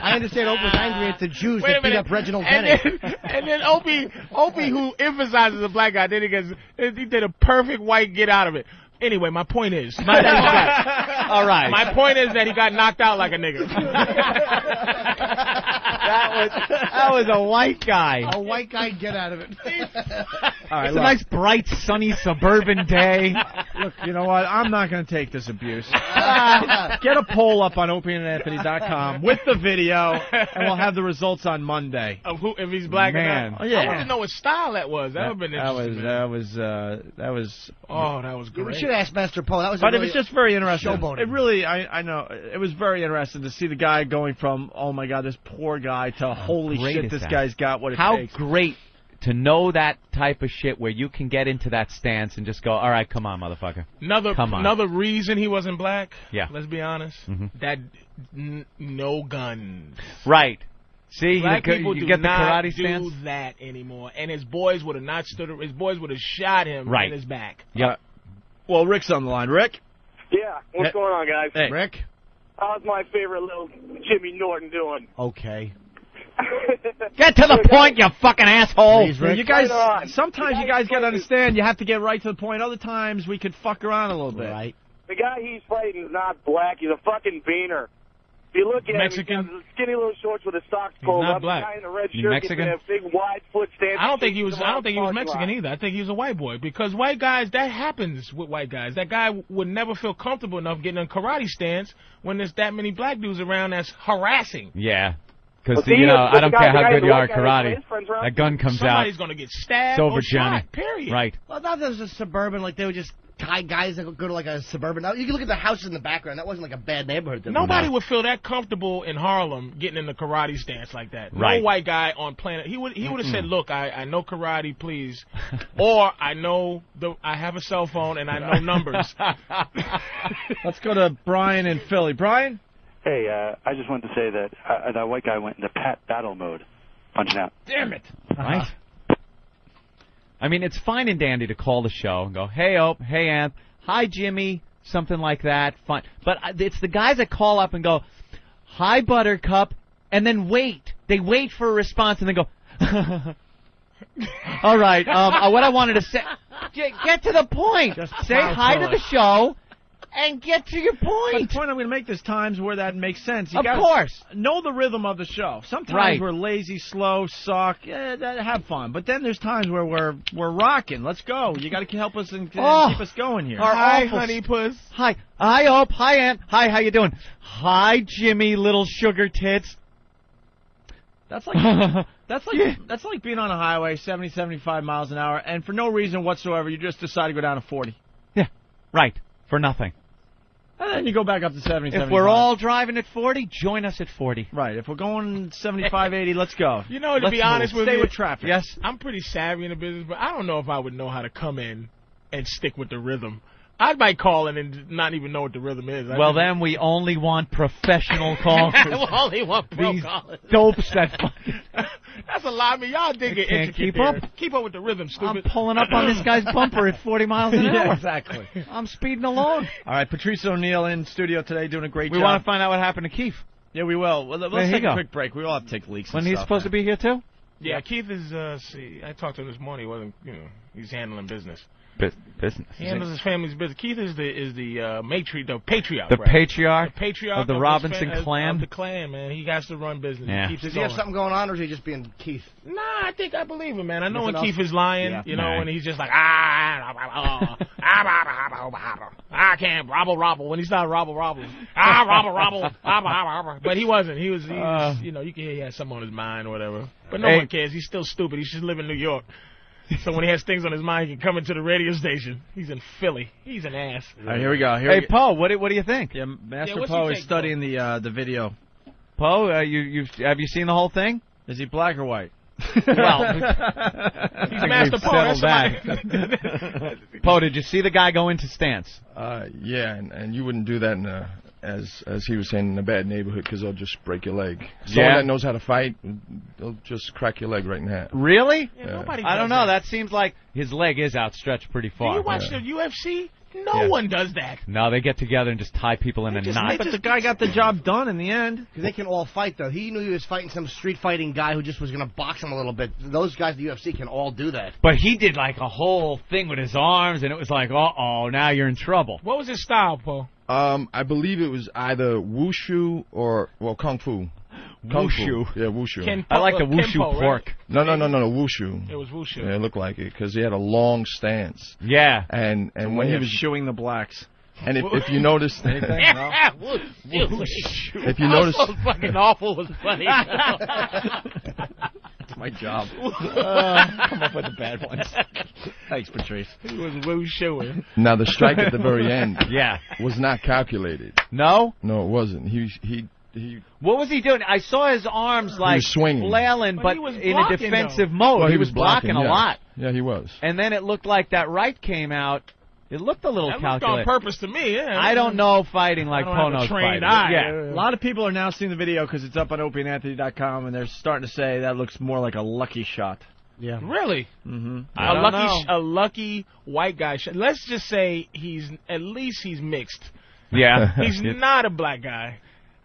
I understand Oprah's Ah. angry at the Jews Wait a that beat minute. up Reginald Bennett. and then, and then Opie, Opie, who emphasizes the black guy, then he gets, he did a perfect white get out of it. Anyway, my point is, my, All right. my point is that he got knocked out like a nigger. That was that was a white guy. A white guy, get out of it. All right, It's a look, nice, bright, sunny suburban day. look, you know what? I'm not going to take this abuse. Get a poll up on opiandandanthony.com with the video, and we'll have the results on Monday. Of who, if he's black Man. or not. Oh, yeah. I want to know what style that was. That, would have been that was interesting. that was uh, that was. oh, that was we great. should ask Master Poe. That was. a But it really, was just very interesting. Showboating. It really, I, I know, it was very interesting to see the guy going from, oh my god, this poor guy, to holy great shit, is this that? guy's got what it How takes. great to know that type of shit where you can get into that stance and just go, all right, come on, motherfucker. Another Come on. another reason he wasn't black. Yeah. Let's be honest. That n- no guns. Right. See, Black you, people you do get the not karate do stance. that anymore. And his boys would have not stood. His boys would have shot him Right. in his back. Yeah. Well, Rick's on the line. Rick? Yeah, what's Hey. going on, guys? Hey. Rick. How's my favorite little Jimmy Norton doing? Okay. Get to the point, you fucking asshole. Please, Yeah, Rick. you guys, Right on. sometimes you You guys guys gotta fucking- understand you have to get right to the point. Other times we could fuck around a little bit. Right. the guy he's fighting is not black. He's a fucking beaner. If you look at him, Mexican? he's got skinny little shorts with his socks pulled not up. black. The guy in the red You shirt Mexican? gets that big wide foot stance. I don't think he was. Kicks him I out don't of think the he was parking Mexican lot. either. I think he was a white boy because white guys that happens with white guys. That guy would never feel comfortable enough getting a karate stance when there's that many black dudes around that's harassing. Yeah. Because, But you see, know, look, I don't the guy- care the how guy- good the you white are at guy that plays karate. friends around That gun comes out. Somebody's gonna get stabbed It's over, or Johnny. shot. Period. Right. Well, not that was a suburban. Like they would just tie guys that go to like a suburban. Now, you can look at the houses in the background. That wasn't like a bad neighborhood. that we Nobody were would feel that comfortable in Harlem getting in the karate stance like that. Right. No white guy on planet. He would he would have said, "Look, I, I know karate, please," or I know the I have a cell phone and I know numbers. Let's go to Brian in Philly. Brian? Hey, uh, I just wanted to say that uh, that white guy went into pat battle mode, punching out. Damn it. Right? Uh-huh. I mean, it's fine and dandy to call the show and go, hey, Ope, hey, Anth, hi, Jimmy, something like that. Fun. But uh, it's the guys that call up and go, hi, Buttercup, and then wait. They wait for a response and then go, all right, um, uh, what I wanted to say, get, get to the point. say plow hi to through the show and get to your But the point. point I'm going to make this times where that makes sense. You Of gotta course. Know the rhythm of the show. Sometimes Right. we're lazy, slow, suck. Yeah, that, have fun. But then there's times where we're we're rocking. Let's go. You got to help us and, and Oh. keep us going here. Our Hi, awful honey puss. Hi, hi, Hope. Hi, Aunt. Hi, how you doing? Hi, Jimmy, little sugar tits. That's like that's like that's like being on a highway 70, 75 miles an hour, and for no reason whatsoever, you just decide to go down to 40, Yeah, right. For nothing. and then you go back up to 70, If 75. we're all driving at 40, join us at 40. right, if we're going 75, 80, let's go. You know, to Let's be honest move. with stay you, with traffic. Yes. I'm pretty savvy in the business, but I don't know if I would know how to come in and stick with the rhythm. I might call in and not even know what the rhythm is. I Well, just- then we only want professional callers. Well, they want pro These callers. dopes that fucking. That's a lie. I mean, y'all dig They it can't intricate. keep there. up. Keep up with the rhythm, I'm stupid. pulling up on this guy's bumper at 40 miles an Yeah, hour. exactly. I'm speeding along. All right, Patrice O'Neill in studio today, doing a great We job. want to find out what happened to Keith. yeah, we will. Well, let's There you take go. a quick break. We all have to take leaks. When and he's stuff, supposed to man. be here, too? Yeah, Keith is. Uh, see, I talked to him this morning. He wasn't you know he's handling business. business. He handles his family's business. Keith is the is the uh, matri the patriarch. The right? patriarch. The patriarch of the his Robinson fam- of- clan? Of the clan, man. He has to run business. Yeah. He keeps Does it he have going. something going on, or is he just being Keith? Nah, I think I believe him, man. I know when Nothing Keith is lying, Yeah. you know, Nah. when he's just like, ah, ah, ah, ah, ah, ah, ah, ah, ah, I can't robble robble. When he's not robble robble, ah, robble robble, ah, ah, ah, ah. But he wasn't. He was, he was Uh. you know, you can hear he had something on his mind or whatever. But no Hey. one cares. He's still stupid. He's just living in New York. So when he has things on his mind, he can come into the radio station. He's in Philly. He's an ass. All right, here we go. Here Hey, we go. Poe, what do, what do you think? Yeah, Master what's Poe your is take, studying the uh, the video. Poe, uh, you, you've, have you seen the whole thing? Is he black or white? He's think Master we've Paul. That's settled somebody. Poe, did you see the guy go into stance? Uh, yeah, and, and you wouldn't do that in a, as as he was saying in a bad neighborhood because they'll just break your leg. Someone Yeah. that knows how to fight, they'll just crack your leg right in half. Really? Yeah, nobody I does don't know. That seems like his leg is outstretched pretty Do far. you watch the UFC? No Yeah. one does that. No, they get together and just tie people in a just knot. make but the guy got the job done in the end. Because they can all fight, though. He knew he was fighting some street fighting guy who just was going to box him a little bit. Those guys at the UFC can all do that. But he did like a whole thing with his arms, and it was like, uh oh, now you're in trouble. What was his style, Paul? Um, I believe it was either wushu or well kung fu. Kung Wushu. Fu. Yeah, wushu. Ken- I like the Kimpo, wushu right? pork. no, no, no, no, no, wushu. It was wushu. Yeah, it looked like it because he had a long stance, Oh, Yeah. and and when he was shooing the blacks. and if, if you noticed, if Yeah, wushu. you notice, so fucking awful was funny. It's my job. come up with the bad ones. Uh, Thanks, Patrice. it was wushu. now the strike at the very end Yeah. was not calculated. No? No, it wasn't. He he he. What was he doing? I saw his arms like was swinging. flailing, But but he was in a blocking, defensive mode. Well, he, was blocking, a yeah. lot. Yeah, he was. And then it looked like that right came out. It looked a little That looked on calculated. purpose to me. Yeah. I don't know fighting like I don't have a Pono's trained fighting. eye. Yeah. A lot of people are now seeing the video because it's up on OpianAnthony.com, and they're starting to say that looks more like a lucky shot. Yeah. Really? Mm-hmm. I a don't lucky, know. sh- a lucky white guy. Sh- Let's just say he's at least he's mixed. Yeah. He's not a black guy,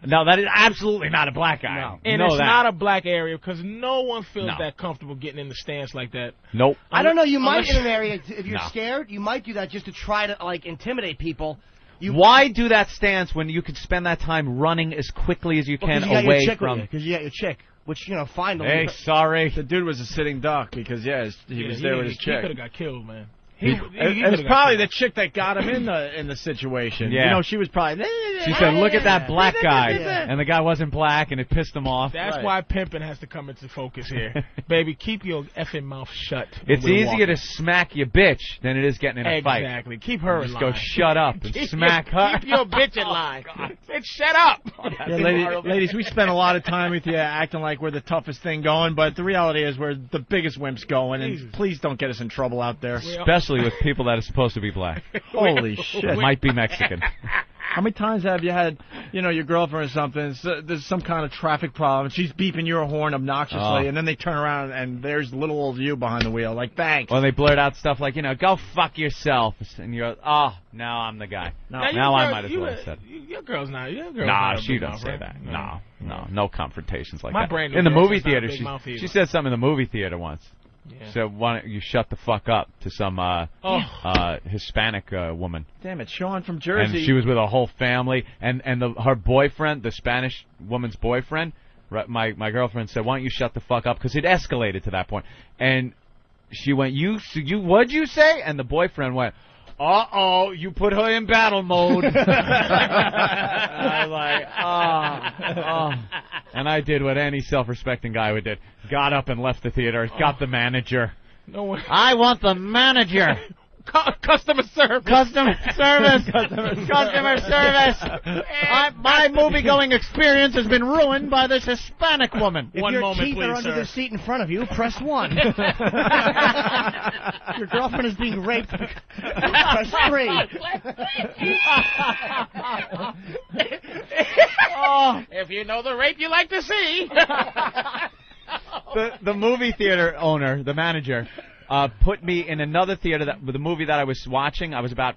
no, that is absolutely not a black guy. No. and know it's that. not a black area because no one feels No. that comfortable getting in the stance like that. nope. I don't know. You might Unless- in an area if you're No. scared, you might do that just to try to like intimidate people. You Why do that stance when you could spend that time running as quickly as you because can you got away your chick from? because you got your chick, which you know fine. don't Hey, leave- sorry. The dude was a sitting duck because yeah, his- he Yeah, was there with his he, He chick. could have got killed, man. He, he, he It, it was could've got probably the killed. chick that got him in the in the situation. Yeah. You know, she was probably. She said, "Look at that black guy," Yeah. and the guy wasn't black, and it pissed him off. That's why pimping has to come into focus here, baby. Keep your effing mouth shut. when It's we're easier walking. to smack your bitch than it is getting in a fight. exactly. Keep her in Just go line. shut up and Keep smack your, her. Oh, Keep your bitch in line. Bitch, shut up. Yeah, lady, ladies, we spent a lot of time with you acting like we're the toughest thing going, but the reality is we're the biggest wimps going, and Jesus. please don't get us in trouble out there. Especially with people that are supposed to be black. Holy shit. It might be Mexican. How many times have you had, you know, your girlfriend or something, so there's some kind of traffic problem, and she's beeping your horn obnoxiously, Oh. and then they turn around, and there's little old you behind the wheel, like, thanks. Or they blurt out stuff like, you know, go fuck yourself. And you're, oh, now I'm the guy. No. Now, you Now I girl- might as you well a- have said it. you- Your girl's not. Your girl's Nah, not a she big doesn't mouth, say right? that. No, no, no confrontations like My that. brain in the was movie just not a theater, big she, mouth either. she said something in the movie theater once. Yeah. She said, why don't you shut the fuck up to some uh, Oh. uh, Hispanic uh, woman. Damn it, Sean from and Jersey. she was with a whole family and and the, her boyfriend the spanish woman's boyfriend right, my my girlfriend said why don't you shut the fuck up because it escalated to that point and she went you so you what'd you say and the boyfriend went uh oh, you put her in battle mode. And I was like, oh, oh. And I did what any self respecting guy would do. Got up and left the theater, got the manager. No one. I want the manager. Cu- customer service. Customer service. Customer service. I, my movie-going experience has been ruined by this Hispanic woman. If One your moment, teeth please, are under sir. the seat in front of you, press one. your girlfriend is being raped. press three. If you know the rape you like to see. The, the movie theater owner, the manager, uh, put me in another theater that with the movie that I was watching. I was about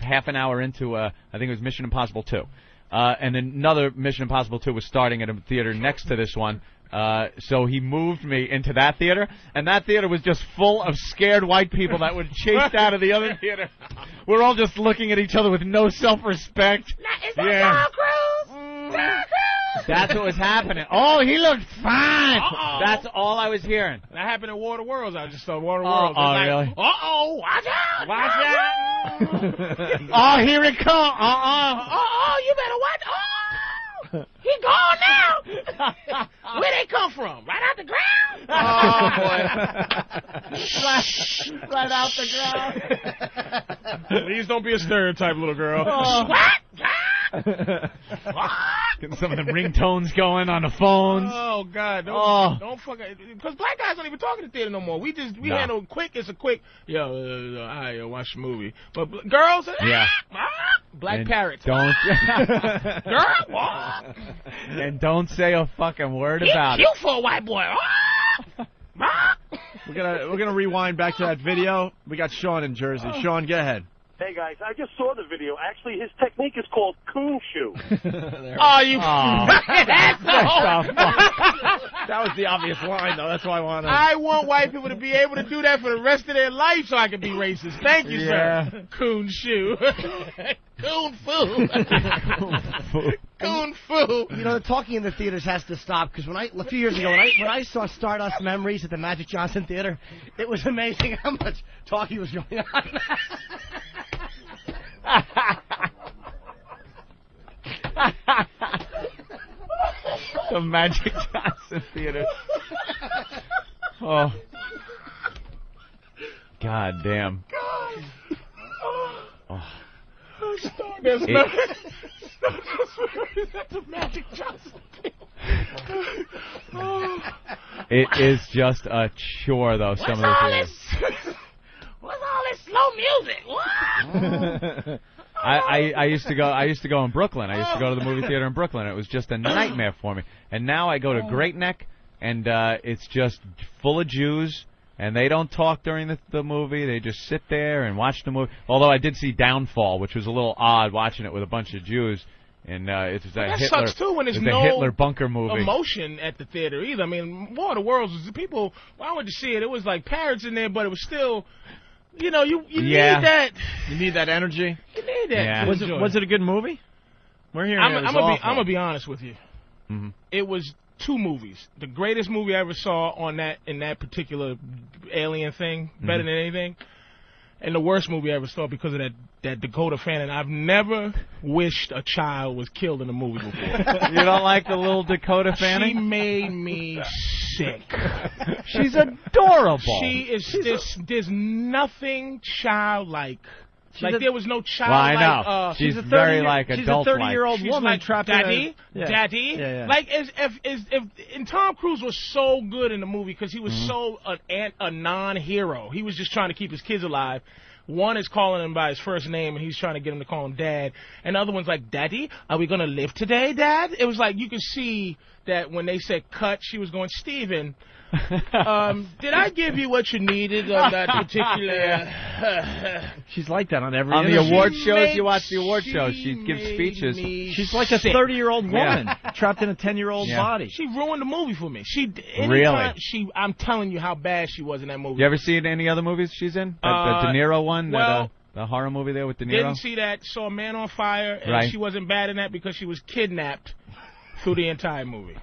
half an hour into, uh, I think it was Mission Impossible 2. Uh, and another Mission Impossible 2 was starting at a theater next to this one. Uh, so he moved me into that theater, and that theater was just full of scared white people that were chased out of the other theater. We're all just looking at each other with no self-respect. yeah. Mm. That's what was happening. Oh, he looked fine. Uh-oh. That's all I was hearing. that happened in Water Worlds. I just saw Water Oh, Worlds. oh, It's really? Uh oh, watch out! Watch Oh, here it comes. Uh-uh. Uh oh, you better watch. Oh, he gone now. Where they come from? Right out the ground? Oh, Right out the ground. Please don't be a stereotype, little girl. Getting some of them ringtones going on the phones. Oh God! Don't, Oh. don't fucking because black guys don't even talk in the theater no more. We just we Nah. handle quick. It's a quick. Yo, uh, uh, all right, yo, watch the movie. But bl- girls, Yeah. ah, black And parrots. Don't Girl, ah, and don't say a fucking word he about it. cute for a white boy. Ah, ah. Oh. we're gonna we're gonna rewind back to that video. We got Sean in Jersey. Sean, go ahead. Hey guys, I just saw the video. Actually, his technique is called coon shoe. Oh, you asshole. That was the obvious line, though. That's why I wanted. I want white people to be able to do that for the rest of their life so I can be racist. Thank you, Yeah. sir. Coon shoe. Coon foo. Coon foo. You know, the talking in the theaters has to stop because when I a few years ago when I when I saw Stardust Memories at the Magic Johnson Theater, it was amazing how much talking was going on. the Magic Johnson Theater. Oh. God damn. Oh. There's It- no. That's a magic Johnson. oh, It is just a chore, though. Some what's of the all theaters. this? What's all this slow music? What? I, I I used to go. I used to go in Brooklyn. I used to go to the Oh. movie theater in Brooklyn. It was just a nightmare for me. And now I go Oh. to Great Neck, and uh, it's just full of Jews. And they don't talk during the, the movie. They just sit there and watch the movie. Although I did see Downfall, which was a little odd watching it with a bunch of Jews. And uh, it's a that Hitler, sucks, too, when there's it's no a Hitler bunker movie. Emotion at the theater either. I mean, War of the Worlds was the people. Why would you see it? It was like parrots in there, but it was still. You know, you you Yeah. need that. You need that energy. You need that. Yeah. to Was it enjoy. was it a good movie? We're hearing I'm, it was I'm gonna be awful. Mm-hmm. I'm gonna be honest with you. Mhm. It was two movies. The greatest movie I ever saw on that in that particular alien thing, Mm-hmm. better than anything, and the worst movie I ever saw because of that that Dakota Fanning. I've never wished a child was killed in a movie before. you don't like the little Dakota she Fanning? made me sick. She's adorable. She is this. There's nothing childlike. like a- there was no child. well, I know. Uh, she's she's a very 30 like she's a adult 30-year-old She's woman like, trapped in a- daddy, Yeah. daddy. Yeah, yeah. Like as if is if and Tom Cruise was so good in the movie because he was Mm-hmm. so an, an a non-hero. He was just trying to keep his kids alive. One is calling him by his first name, and he's trying to get him to call him dad. And the other one's like, "Daddy, are we gonna live today, Dad?" It was like you could see that when they said "cut," she was going, "Steven, um, did I give you what you needed on that particular?" She's like that on every. On the interview. award She shows, you made- watch the award she shows. She gives made speeches. me She's like a sick. thirty-year-old Yeah. woman trapped in a ten-year-old Yeah. body. She ruined the movie for me. She anytime Really? She, I'm telling you how bad she was in that movie. You ever seen any other movies she's in? That, the Uh, De Niro one, well, that, uh, the horror movie there with De Niro. Didn't see that. Saw Man on Fire, and Right. she wasn't bad in that because she was kidnapped through the entire movie.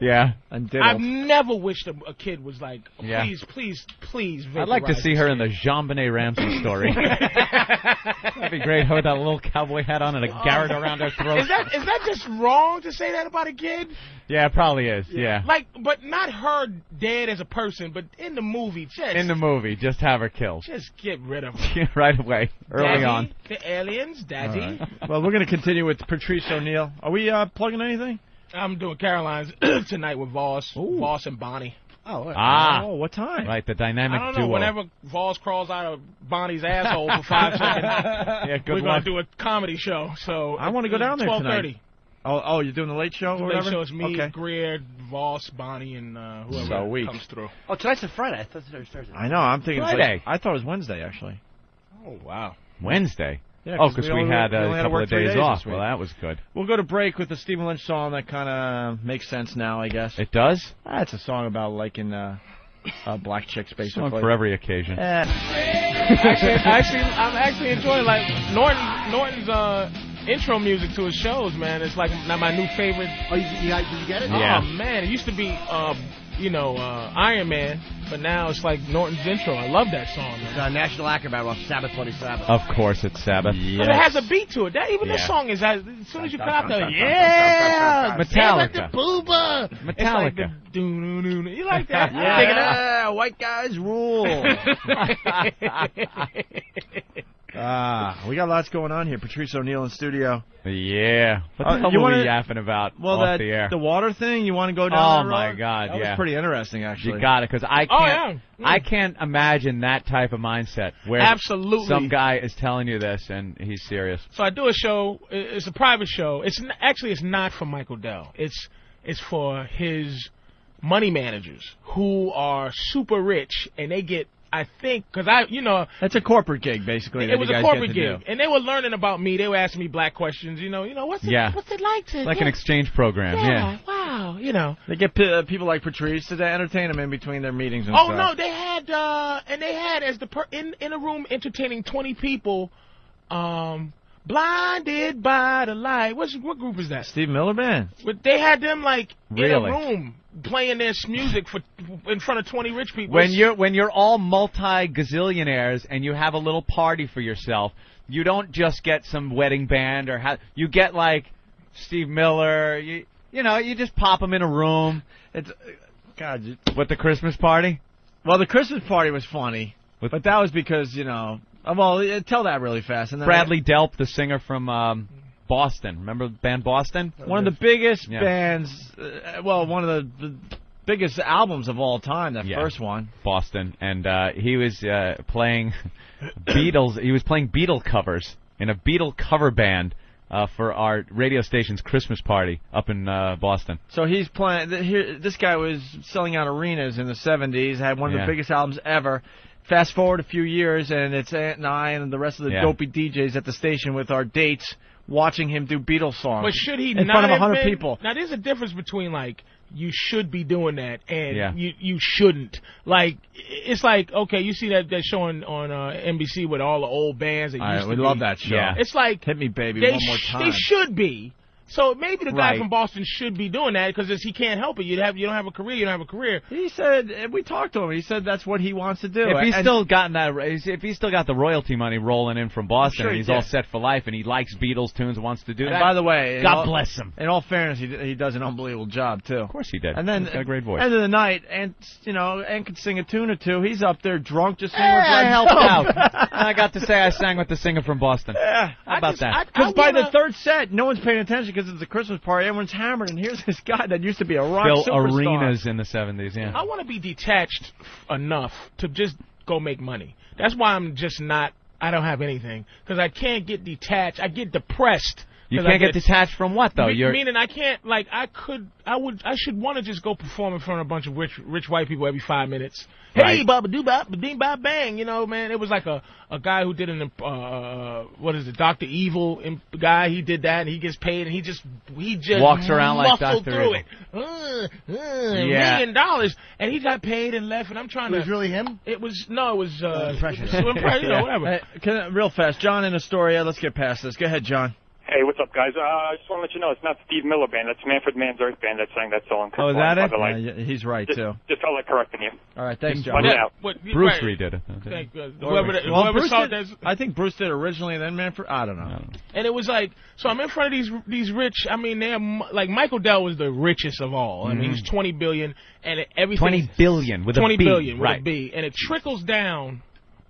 yeah, And I've diddle. never wished a, a kid was like, please, Yeah. please, please. I'd like to vaporize see this her kid. in the Jean Benet Ramsey story. That'd be great. Her with that little cowboy hat on and a garrote around her throat. Is that is that just wrong to say that about a kid? yeah, it probably is. Yeah, Like, but not her dead as a person, but in the movie, just in the movie, just have her killed just get rid of her. right away, early Daddy, on. The aliens, daddy. well, we're going to continue with Patrice O'Neill. Are we uh, plugging anything? I'm doing Caroline's tonight with Voss, Voss and Bonnie. oh, Ah, Oh, what time? right, the I dynamic don't know. duo. Whenever Voss crawls out of Bonnie's asshole for five seconds, yeah, we're good gonna luck. do a comedy show. So I wanna go down there Twelve tonight. thirty. Oh, oh, you're doing the late show Late or whatever. show is me, Okay. Greer, Voss, Bonnie, and uh, whoever So weak. comes through. oh, tonight's a Friday. I thought it was Thursday. I know. I'm thinking. It's Friday. like, I thought it was Wednesday actually. Oh wow. Wednesday. Yeah, Oh, because we, only- had uh, we a only to couple work of three days, days off. this week. Well, that was good. We'll go to break with the Stephen Lynch song that kind of makes sense now, I guess. It does. That's a song about liking uh, uh, black chicks, basically. Song for every occasion. Eh. actually, actually, I'm actually enjoying like Norton Norton's uh, intro music to his shows, man. It's like not my new favorite Oh, you, you, got- did you get it? Yeah. Oh man, it used to be uh, you know uh, Iron Man, but now it's like Norton's intro. I love that song, man. It's, uh, National Acrobat off Sabbath Bloody Sabbath. Of course, it's Sabbath. But it has a beat to it. That even Yeah. this song is as, as soon as you put out the Yeah, yeah, Metallica. Sabbath the booba, It's like the Metallica. doo-doo-doo-doo. You like that? Yeah. Dig it up. white guys rule. Ah, we got lots going on here. Patrice O'Neill in studio. Yeah. What the Uh, hell you were we wanna- yapping about Well, off that the air? water thing. You want to go down? oh that my road? God! That yeah. was pretty interesting, actually. you got it, because I Oh, can't. yeah. Mm. I can't imagine that type of mindset where Absolutely. some guy is telling you this and he's serious. So I do a show. i- It's a private show. It's n- actually it's not for Michael Dell. It's it's for his money managers who are super rich and they get I think, because I, you know, That's a corporate gig, basically. that it was you a guys corporate get to gig, do. and they were learning about me. They were asking me black questions. You know, you know, what's it, Yeah. what's it like to Like yeah, an exchange program, yeah, yeah. wow, you know. They get p- uh, people like Patrice to entertain them in between their meetings and Oh stuff. no, they had uh and they had as the per- in in a room entertaining 20 people um blinded by the light. What's what group is that? Steve Miller Band. But they had them like in a Really? room playing this music for in front of 20 rich people. When you're when you're all multi gazillionaires and you have a little party for yourself, you don't just get some wedding band or ha- you get like Steve Miller. You you know you just pop them in a room It's uh, God. you- with the Christmas party. Well, the Christmas party was funny, but that was because you know. uh, Well, uh, tell that really fast. And then Bradley Delp, the singer from um, Boston. Remember the band Boston? one of the biggest Yeah. bands. Uh, well, one of the, the biggest albums of all time. That Yeah. first one. Boston, and uh, he was uh, playing Beatles. He was playing Beatle covers in a Beatle cover band uh, for our radio station's Christmas party up in uh, Boston. So he's playing. th- Here, this guy was selling out arenas in the '70s. Had one of Yeah. the biggest albums ever. Fast forward a few years, and it's Ant and I and the rest of the Yeah. dopey DJs at the station with our dates, watching him do Beatles songs. But should he in not front of have 100 been- people? Now there's a difference between like you should be doing that and Yeah. you you shouldn't. Like it's like okay, you see that that show on, on uh, NBC with all the old bands that All right, used we to love be. that show. Yeah. It's like Hit me, baby, they one more sh- time. they should be. So maybe the guy Right. from Boston should be doing that because he can't help it. You have you don't have a career. You don't have a career. He said and we talked to him. He said that's what he wants to do. If he's And- still gotten that, if he's still got the royalty money rolling in from Boston, Sure and he he's all did. set for life, and he likes Beatles tunes, wants to do and that. by the way, in God all- bless him. In all fairness, he, he does an unbelievable job too. of course he did. And then he's got a great voice. End of the night, and you know, and could sing a tune or two. He's up there drunk, just singing with Oh, I Led helped Zeppelin. out. And I got to say I sang with the singer from Boston. Yeah. How about that? Because by the wanna- third set, no one's paying attention because it's a Christmas party. Everyone's hammered, and here's this guy that used to be a rock Bill superstar. Arenas in the '70s. Yeah. I want to be detached f- enough to just go make money. That's why I'm just not. I don't have anything because I can't get detached. I get depressed. You 'cause I can't get detached from what though? Me- You're meaning I can't like I could I would I should want to just go perform in front of a bunch of rich rich white people every five minutes. Hey, Right. baba doo bop, ding bop bang. You know, man, it was like a a guy who did an imp- uh, uh what is it, Doctor Evil imp- guy. He did that and he gets paid and he just he just Walks around like muscled Dr. through Evil. it. Uh, uh, Yeah. million dollars and he got paid and left and I'm trying It was to. really him. It was no, it was uh, Impression. it was impre- you know, whatever. Hey, can, real fast, John in Astoria. Let's get past this. Go ahead, John. Hey, what's up, guys? Uh, I just want to let you know it's not Steve Miller Band. That's Manfred Mann's Earth Band that sang that song. Oh, is that By it? the Uh, Light. y- he's right just, too. just felt like correcting you. All right, thanks, John. But That- yeah. what- Bruce right. redid it. Thank God. Whoever, that- Well, whoever Bruce saw did- that, I think Bruce did originally, and then Manfred. I don't know. And it was like, so I'm in front of these these rich. I mean, they're m- like Michael Dell was the richest of all. I mean, he's 20 billion, and it, everything. Mm. Twenty billion with 20 a B. billion with right? a B, and it trickles down.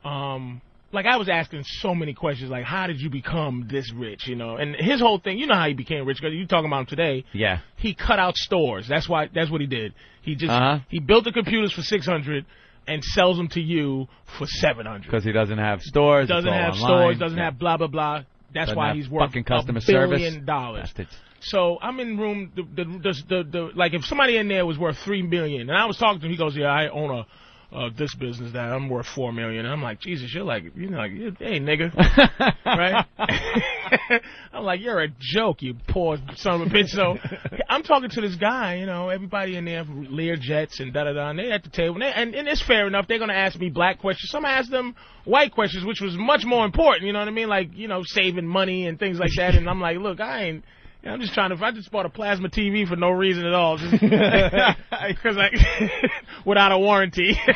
Um, like I was asking so many questions, like how did you become this rich? You know, and his whole thing. You know how he became rich because you talking about him today. Yeah. He cut out stores. That's why. That's what he did. He just Uh-huh. he built the computers for 600 and sells them to you for 700 Because he doesn't have stores. it's doesn't all have online. stores, doesn't Yeah. have blah blah blah. That's Doesn't why have he's worth fucking customer a billion service. dollars. Bastards. So I'm in room the the, the the the like if somebody in there was worth three million, and I was talking to him, he goes, yeah, I own a. Uh, this business that I'm worth four million, and I'm like Jesus. You're like you're like hey nigga, right? I'm like you're a joke, you poor son of a bitch. So I'm talking to this guy, you know, everybody in there, Lear jets and da da da, and they at the table, and, they, and and it's fair enough. They're gonna ask me black questions. Some asked them white questions, which was much more important. You know what I mean? Like you know, saving money and things like that. And I'm like, look, I ain't. you know, I'm just trying to. I just bought a plasma TV for no reason at all, just because I without a warranty.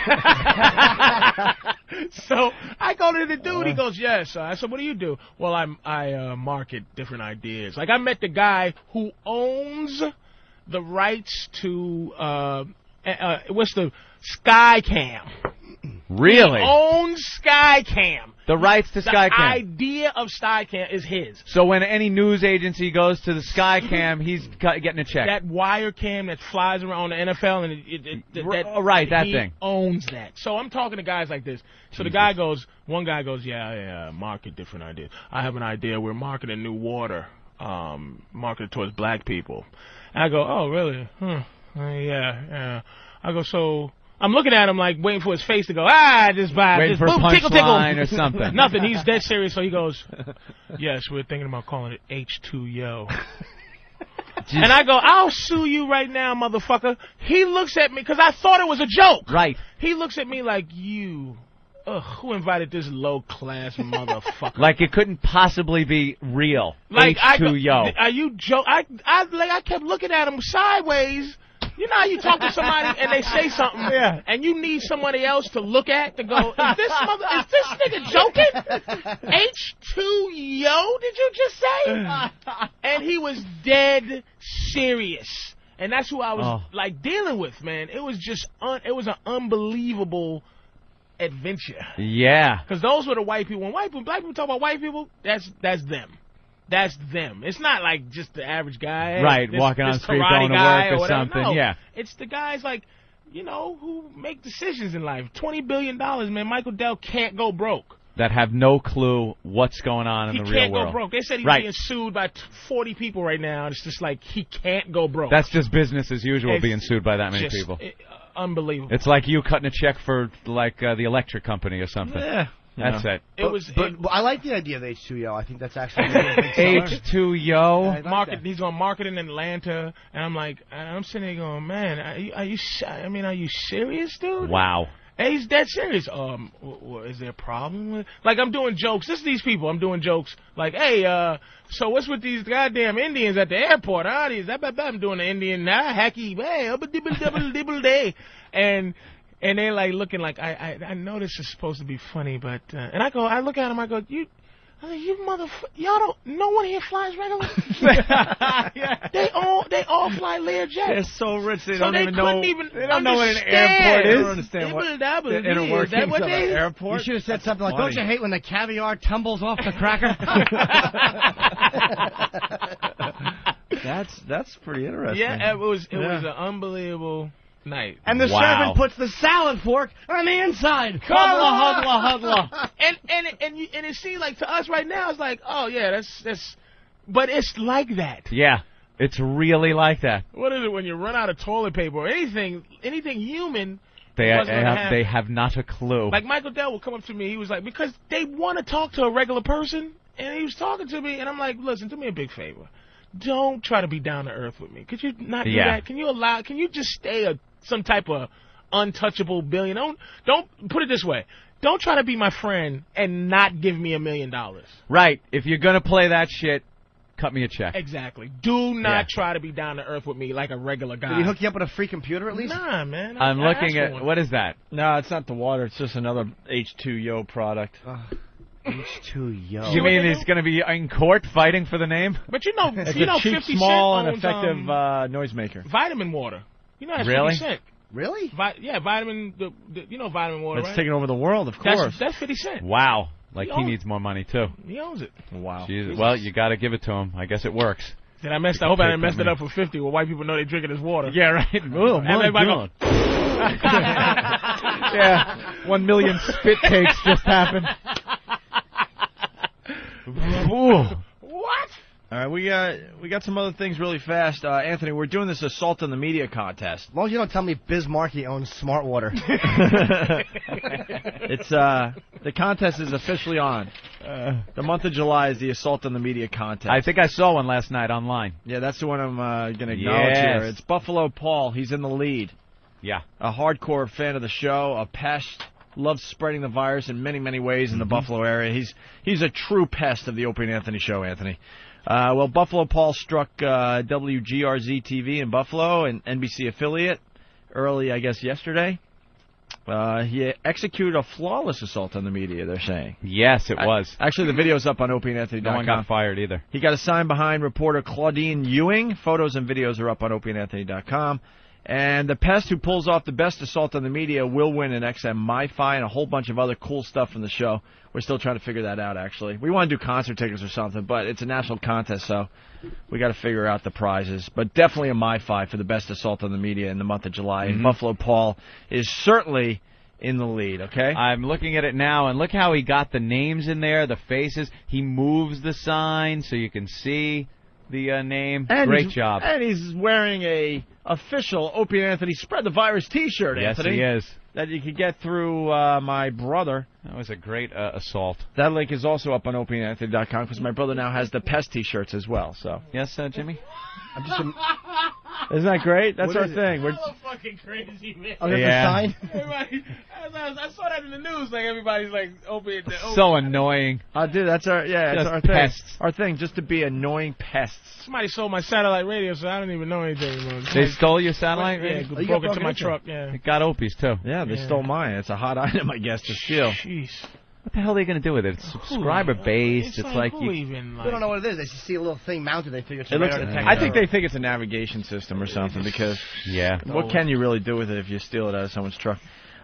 so I go to the Uh-huh. dude. He goes, "Yes." I said, "What do you do?" Well, I'm I uh, market different ideas. Like I met the guy who owns the rights to uh, uh, uh, what's the Skycam. Really? Owns Skycam. The rights to The Skycam. idea of Skycam is his. So when any news agency goes to the Skycam, he's cu- getting a check. That wire cam that flies around the NFL and it, it, it, R- that, oh, right, that he thing. owns that. So I'm talking to guys like this. So the guy goes, one guy goes, yeah, yeah, market different ideas. I have an idea. We're marketing new water, um, marketed towards black people. And I go, oh really? Huh. Uh, yeah, yeah. I go, so I'm looking at him like waiting for his face to go ah just vibe, Waiting for just a boom, tickle, tickle punchline or something. Nothing. He's dead serious. So he goes, yes, we're thinking about calling it H2Yo. and I go, I'll sue you right now, motherfucker. He looks at me because I thought it was a joke. Right. He looks at me like you. Ugh, who invited this low class motherfucker? Like it couldn't possibly be real. Like I go- H2Yo. Are you joke? I I like I kept looking at him sideways. You know how you talk to somebody and they say something, Yeah. and you need somebody else to look at to go, is this mother, is this nigga joking? H two yo, did you just say? and he was dead serious, and that's who I was Oh. like dealing with, man. It was just un- it was an unbelievable adventure. yeah. Because those were the white people. When white people, black people talk about white people, that's that's them. That's them. It's not like just the average guy, hey, Right, this- walking on this the street, karate going to guy work or whatever. something, No, yeah. it's the guys like you know who make decisions in life. Twenty billion dollars, man. Michael Dell can't go broke. That have no clue what's going on in he the real can't world. go broke. They said he's Right. being sued by t- forty people right now. It's just like he can't go broke. That's just business as usual It's being sued by that many just people. uh, unbelievable. It's like you cutting a check for like uh, the electric company or something. Yeah. That's it. it But- was But, it- but I like the idea of H2O. I think that's actually really a big seller. I H2Yo. like market. that. He's on marketing in Atlanta, and I'm like, and I'm sitting there going, man, are you, are you se- I mean, are you serious, dude? Wow. And he's dead serious. Um, w- w- is there a problem with? Like, I'm doing jokes. This is these people. I'm doing jokes. Like, hey, uh, so what's with these goddamn Indians at the airport? Huh? These, blah, blah, blah. I'm doing the Indian now, hacky, hey, up a dibble, dibble, dibble day, and. And they like looking like I, I I know this is supposed to be funny, but uh, and I go I look at him I go you, I think you motherfucker y'all don't no one here flies regular. They all they all fly Learjet. They're so rich they So don't they even couldn't know. even they don't know what an understand. airport They is. don't understand what Dibble-dabble, the inner is that workings what of an they- airport. You should have said something like, funny. "Don't you hate when the caviar tumbles off the cracker?" That's that's pretty interesting. Yeah, it was it Yeah. was an unbelievable night. and the Wow. servant puts the salad fork on the inside. Hudla, hudla, hudla. And and and you, and it seemed like to us right now it's like oh yeah that's that's, but it's like that. Yeah. It's really like that. What is it when you run out of toilet paper or anything anything human? They, What's they gonna have, happen? they have not a clue. Like Michael Dell would come up to me, he was like because they want to talk to a regular person, and he was talking to me, and I'm like listen, do me a big favor, don't try to be down to earth with me. Could you not do Yeah. that? Can you allow? Can you just stay a some type of untouchable billion? Don't don't put it this way. Don't try to be my friend and not give me a million dollars. right. If you're going to play that shit, cut me a check. Exactly. Do not Yeah. try to be down to earth with me like a regular guy. Did he hook you up with a free computer at least? nah, man. I'm I- I looking asked for at, one. what is that? No, it's not the water. It's just another H2Yo product. H2O. You what mean they it's do? going to be in court fighting for the name? But you know, It's you a know, cheap, 50 small, Cent and owns, effective um, uh, noisemaker. vitamin water. You know, that's Really? 50 Cent. Really? Vi- yeah, vitamin. The, the, you know, vitamin water. It's right? taking over the world, of course. that's, that's 50 Cent. Wow. Like he Yo. needs more money too. He owns it. wow. Jesus. Well, you got to give it to him. I guess it works. Did I mess? I hope I didn't Take that mess it man. up for 50. Where white people know they drink it as water. Yeah, right. Oh, And my everybody God. go, yeah. One million spit takes just happened. Ooh. what? All right, we got we got some other things really fast. Uh, Anthony, we're doing this assault on the media contest. As long as you don't tell me Bismarcky owns Smart Water. it's uh the contest is officially on. The month of July is the assault on the media contest. Uh. I think I saw one last night online. yeah, that's the one I'm uh, going to acknowledge Yes. here. It's Buffalo Paul. He's in the lead. Yeah. a hardcore fan of the show, a pest, loves spreading the virus in many, many ways Mm-hmm. in the Buffalo area. He's he's a true pest of the Opie and Anthony show, Anthony. Uh, well, Buffalo Paul struck uh, WGRZ TV in Buffalo, an NBC affiliate, early, I guess, yesterday. Uh, he executed a flawless assault on the media, they're saying. Yes, it was. Actually, the video's up on opieandanthony.com. No one got fired either. He got a sign behind reporter Claudine Ewing. Photos and videos are up on opieandanthony.com. And the pest who pulls off the best assault on the media will win an XM MiFi and a whole bunch of other cool stuff from the show. We're still trying to figure that out, actually. We want to do concert tickets or something, but it's a national contest, so we got to figure out the prizes. But definitely a MiFi for the best assault on the media in the month of July. Mm-hmm. And Buffalo Paul is certainly in the lead. Okay. I'm looking at it now, and look how he got the names in there, the faces. He moves the sign so you can see. the uh, name. And Great he's- job. And he's wearing a official Opie and Anthony Spread the Virus T-shirt. Yes, Anthony, he is. That you could get through uh, my brother. That was a great uh, assault. That link is also up on opieandanthony.com because my brother now has the pest T-shirts as well. So Yes, uh, Jimmy. I'm just. Am- isn't that great? That's What our is it? thing. We're, so fucking crazy, man. oh, that's Yeah. a sign. Everybody, I, was- I saw that in the news. Like everybody's like open. the- open- So annoying. uh, dude, that's our yeah, Just it's our pests. thing. Our thing just to be annoying pests. Somebody sold my satellite radio, so I don't even know anything about it. They stole your yeah, satellite. radio? Oh, you got broke into broken my into? truck. Yeah. It got Opie's too. Yeah, they Yeah. stole mine. It's a hot item, I guess, to steal. Jeez. What the hell are they gonna do with it? It's subscriber based. It's, like, who you, even like. They don't know what it is. They just see a little thing mounted. They figure it's a It looks, radar detector. I think they think it's a navigation system or something because yeah. What can you really do with it if you steal it out of someone's truck?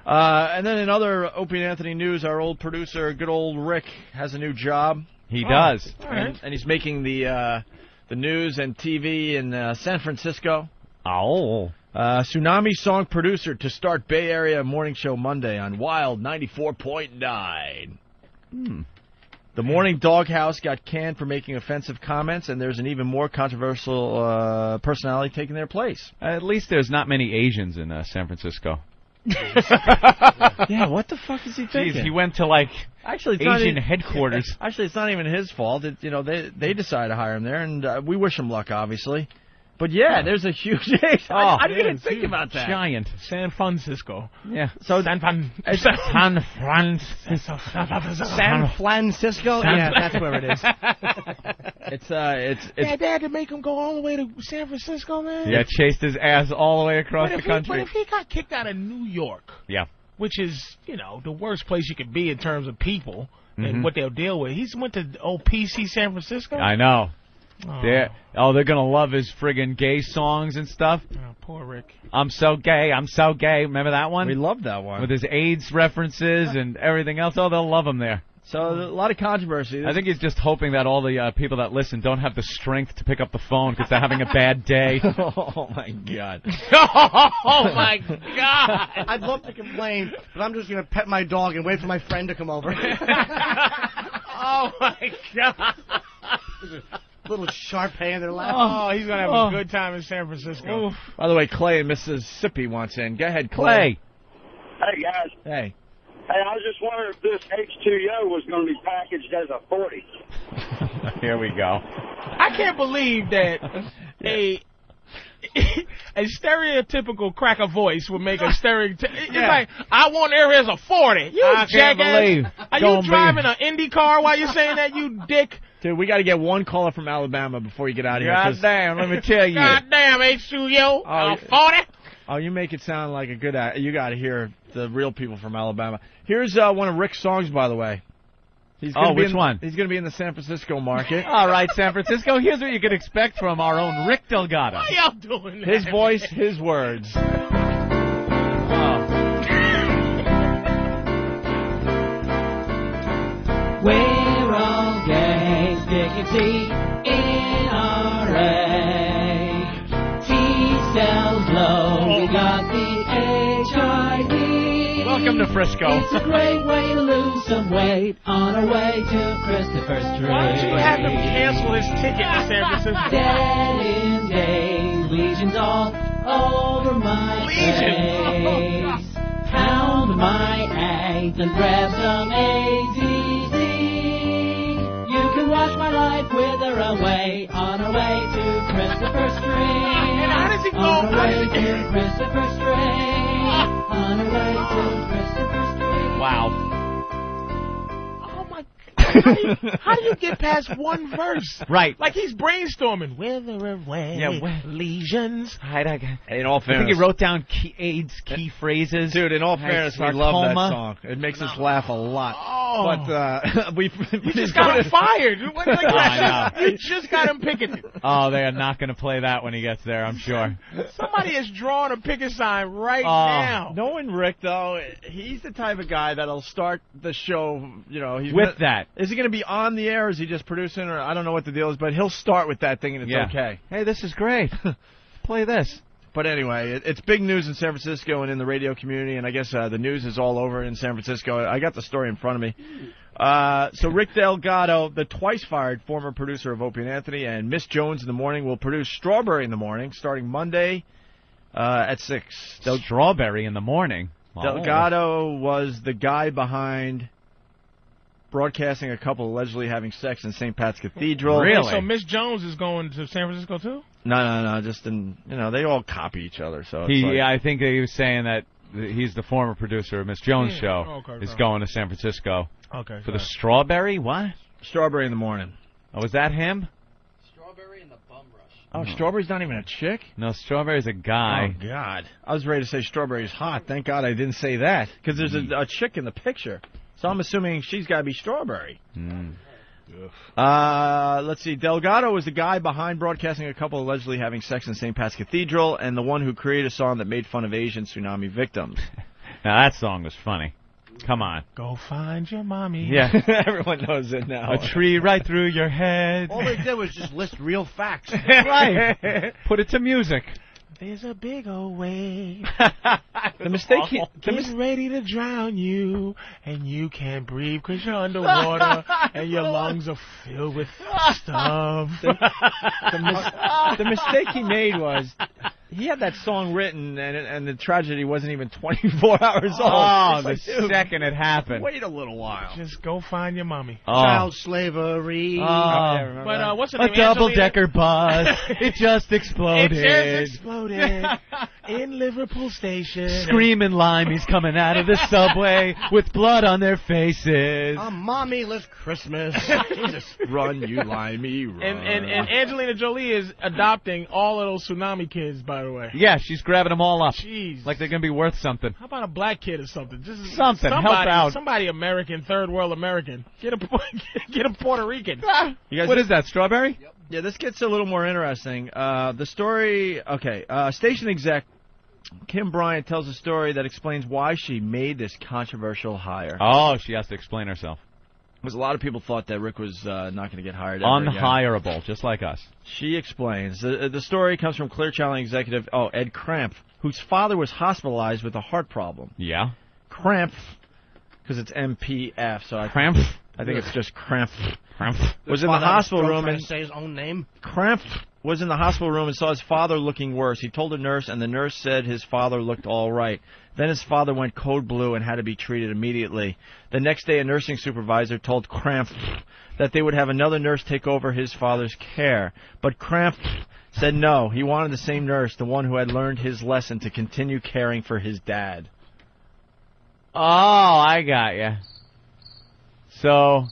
Uh, and then in other Opie and Anthony news, our old producer, good old Rick, has a new job, He does. and, and he's making the uh, the news and TV in uh, San Francisco. Oh. Uh, tsunami song producer to start Bay Area morning show Monday on Wild 94.9. Hmm. The Morning Doghouse got canned for making offensive comments, and there's an even more controversial uh, personality taking their place. At least there's not many Asians in uh, San Francisco. yeah, what the fuck is he thinking? Jeez, he went to like Actually, it's not Asian even- headquarters. Actually, it's not even his fault. It, you know, they they decide to hire him there, and uh, we wish him luck, obviously. But yeah, there's a huge. I, I Oh, didn't yeah, even think huge. about that. Giant. San Francisco. Yeah. So San Fran. San Francisco. San Francisco. Yeah, that's where it is. it's uh, it's Yeah, it's they had to make him go all the way to San Francisco, man. Yeah, chased his ass all the way But across if, the he, but country. if he got kicked out of New York, Yeah. which is you know the worst place you could be in terms of people and what they'll deal with, he's went to old PC San Francisco. Mm-hmm. I know. oh, They're, oh, they're gonna love his friggin' gay songs and stuff. oh, poor Rick. I'm so gay. I'm so gay. Remember that one? we love that one. With his AIDS references and everything else. Oh, they'll love him there. so a lot of controversy. I think he's just hoping that all the uh, people that listen don't have the strength to pick up the phone because they're having a bad day. oh my god. oh my God! I'd love to complain, but I'm just gonna pet my dog and wait for my friend to come over. Oh my God! little sharp hand in their lap. Oh, he's gonna have a good time in San Francisco. By the way, Clay in Mississippi wants in. Go ahead, Play. Clay. Hey, guys. Hey. Hey, I was just wondering if this H2O was going to be packaged as a 40. Here we go. I can't believe that a a stereotypical cracker voice would make a stereotyp. It's like I want air as a forty. You I can't jackass. believe. Are Don't you be- driving an Indy car while you're saying that, you dick? Dude, we got to get one caller from Alabama before you get out of here. 'cause- God damn, let me tell you. God damn, H2O, Oh, a forty. Oh, you make it sound like a good. act. You got to hear the real people from Alabama. Here's uh, one of Rick's songs, by the way. He's gonna Oh, be which in- one? He's going to be in the San Francisco market. All right, San Francisco, here's what you can expect from our own Rick Delgado. What y'all doing? That? his voice, his words. Oh, We're all gays, picking T in our A. T cells low, we got the HIV. welcome to Frisco. It's a great way to lose some weight on our way to Christopher's Street. Why don't you have him cancel his ticket to San Francisco? Dead in days, legions all over my Oh, Legions. face. Pound my eggs and grab some AZZ. You can watch my life wither away on our way to Christopher Street. And how does he go? On our How way does he- to Christopher Street. On our way to Christopher Street. Wow. Oh my! How do, you, how do you get past one verse? Right. Like he's brainstorming. Wither away. Yeah, wh- lesions. I, I, In all I fairness, think he wrote down key, AIDS key phrases. dude. In all Like fairness, we love that sarcoma. song. It makes us laugh a lot. Oh. But uh, we we just got him fired. What- like, Oh, I know. you just got him picketed. Oh, they are not going to play that when he gets there, I'm sure. Somebody is drawing a picket sign right Oh, now. Knowing Rick though, he's the type of guy that'll start the show. You know, he's With gonna- that. Is he going to be on the air? Or is he just producing? Or I don't know what the deal is, but he'll start with that thing, and it's Yeah. okay. Hey, this is great. play this. But anyway, it, it's big news in San Francisco and in the radio community, and I guess uh, the news is all over in San Francisco. I got the story in front of me. Uh, so Rick Delgado, the twice fired former producer of Opie and Anthony, and Miss Jones in the morning will produce Strawberry in the morning starting Monday uh, at six. Del- Strawberry in the morning. Oh. Delgado was the guy behind broadcasting a couple allegedly having sex in St. Pat's Cathedral. Really? So Miss Jones is going to San Francisco too. No, no, no. Just in you know they all copy each other. So it's He, like- I think that he was saying that th- he's the former producer of Miss Jones' Yeah, show. Hmm. Oh, okay, is right. going to San Francisco Okay. for the strawberry. What? Strawberry in the morning. Oh, was that him? Strawberry and the bum rush. Oh, Hmm. strawberry's not even a chick. No, strawberry's a guy. Oh God! I was ready to say strawberry's hot. Thank God I didn't say that because there's Hmm. a, a chick in the picture, so I'm assuming she's got to be strawberry. Mm. Uh, let's see. Delgado was the guy behind broadcasting a couple allegedly having sex in St. Pat's Cathedral, and the one who created a song that made fun of Asian tsunami victims. Now that song was funny. Come on. Go find your mommy. Yeah. Everyone knows it now. a tree right through your head. All they did was just list real facts. right. Put it to music. There's a big old wave. The mistake. He, the mis- Get ready to drown you, and you can't breathe because you're underwater, and your lungs are filled with stuff. the, mis- the mistake he made was he had that song written, and and the tragedy wasn't even 24 hours old. Oh, It's the like, dude, second it happened. Wait a little while. Just go find your mommy. Oh. Child slavery. Yeah, Oh. remember But that? uh, what's her A name? double Angelina- decker bus. it just It exploded. just exploded in Liverpool Station. Screaming limeys coming out of the subway with blood on their faces. A mommyless Christmas. Jesus. run, you limey, run. And, and and Angelina Jolie is adopting all of those tsunami kids, by the way. yeah, she's grabbing them all up. Jeez. Like they're going to be worth something. How about a black kid or something? Just Something, help Somebody, out. Somebody American, third world American. Get a get a Puerto Rican. You guys- What is that, strawberry? Yeah, this gets a little more interesting. Uh, the story, okay, uh, station exec Kim Bryant tells a story that explains why she made this controversial hire. Oh, she has to explain herself. Because a lot of people thought that Rick was uh, not going to get hired. ever again. Unhireable, just like us. She explains. The, the story comes from Clear Channel executive, oh, Ed Cramp, whose father was hospitalized with a heart problem. Yeah. Cramp, because it's MPF, so I, Cramp. I think it's just Cramp, Cramp. was in the Father was hospital drunk room trying and to say his own name. Cramp was in the hospital room and saw his father looking worse. He told the nurse, and the nurse said his father looked all right. Then his father went code blue and had to be treated immediately. The next day, a nursing supervisor told Cramp that they would have another nurse take over his father's care. But Cramp said no. He wanted the same nurse, the one who had learned his lesson, to continue caring for his dad. Oh, I got you. So,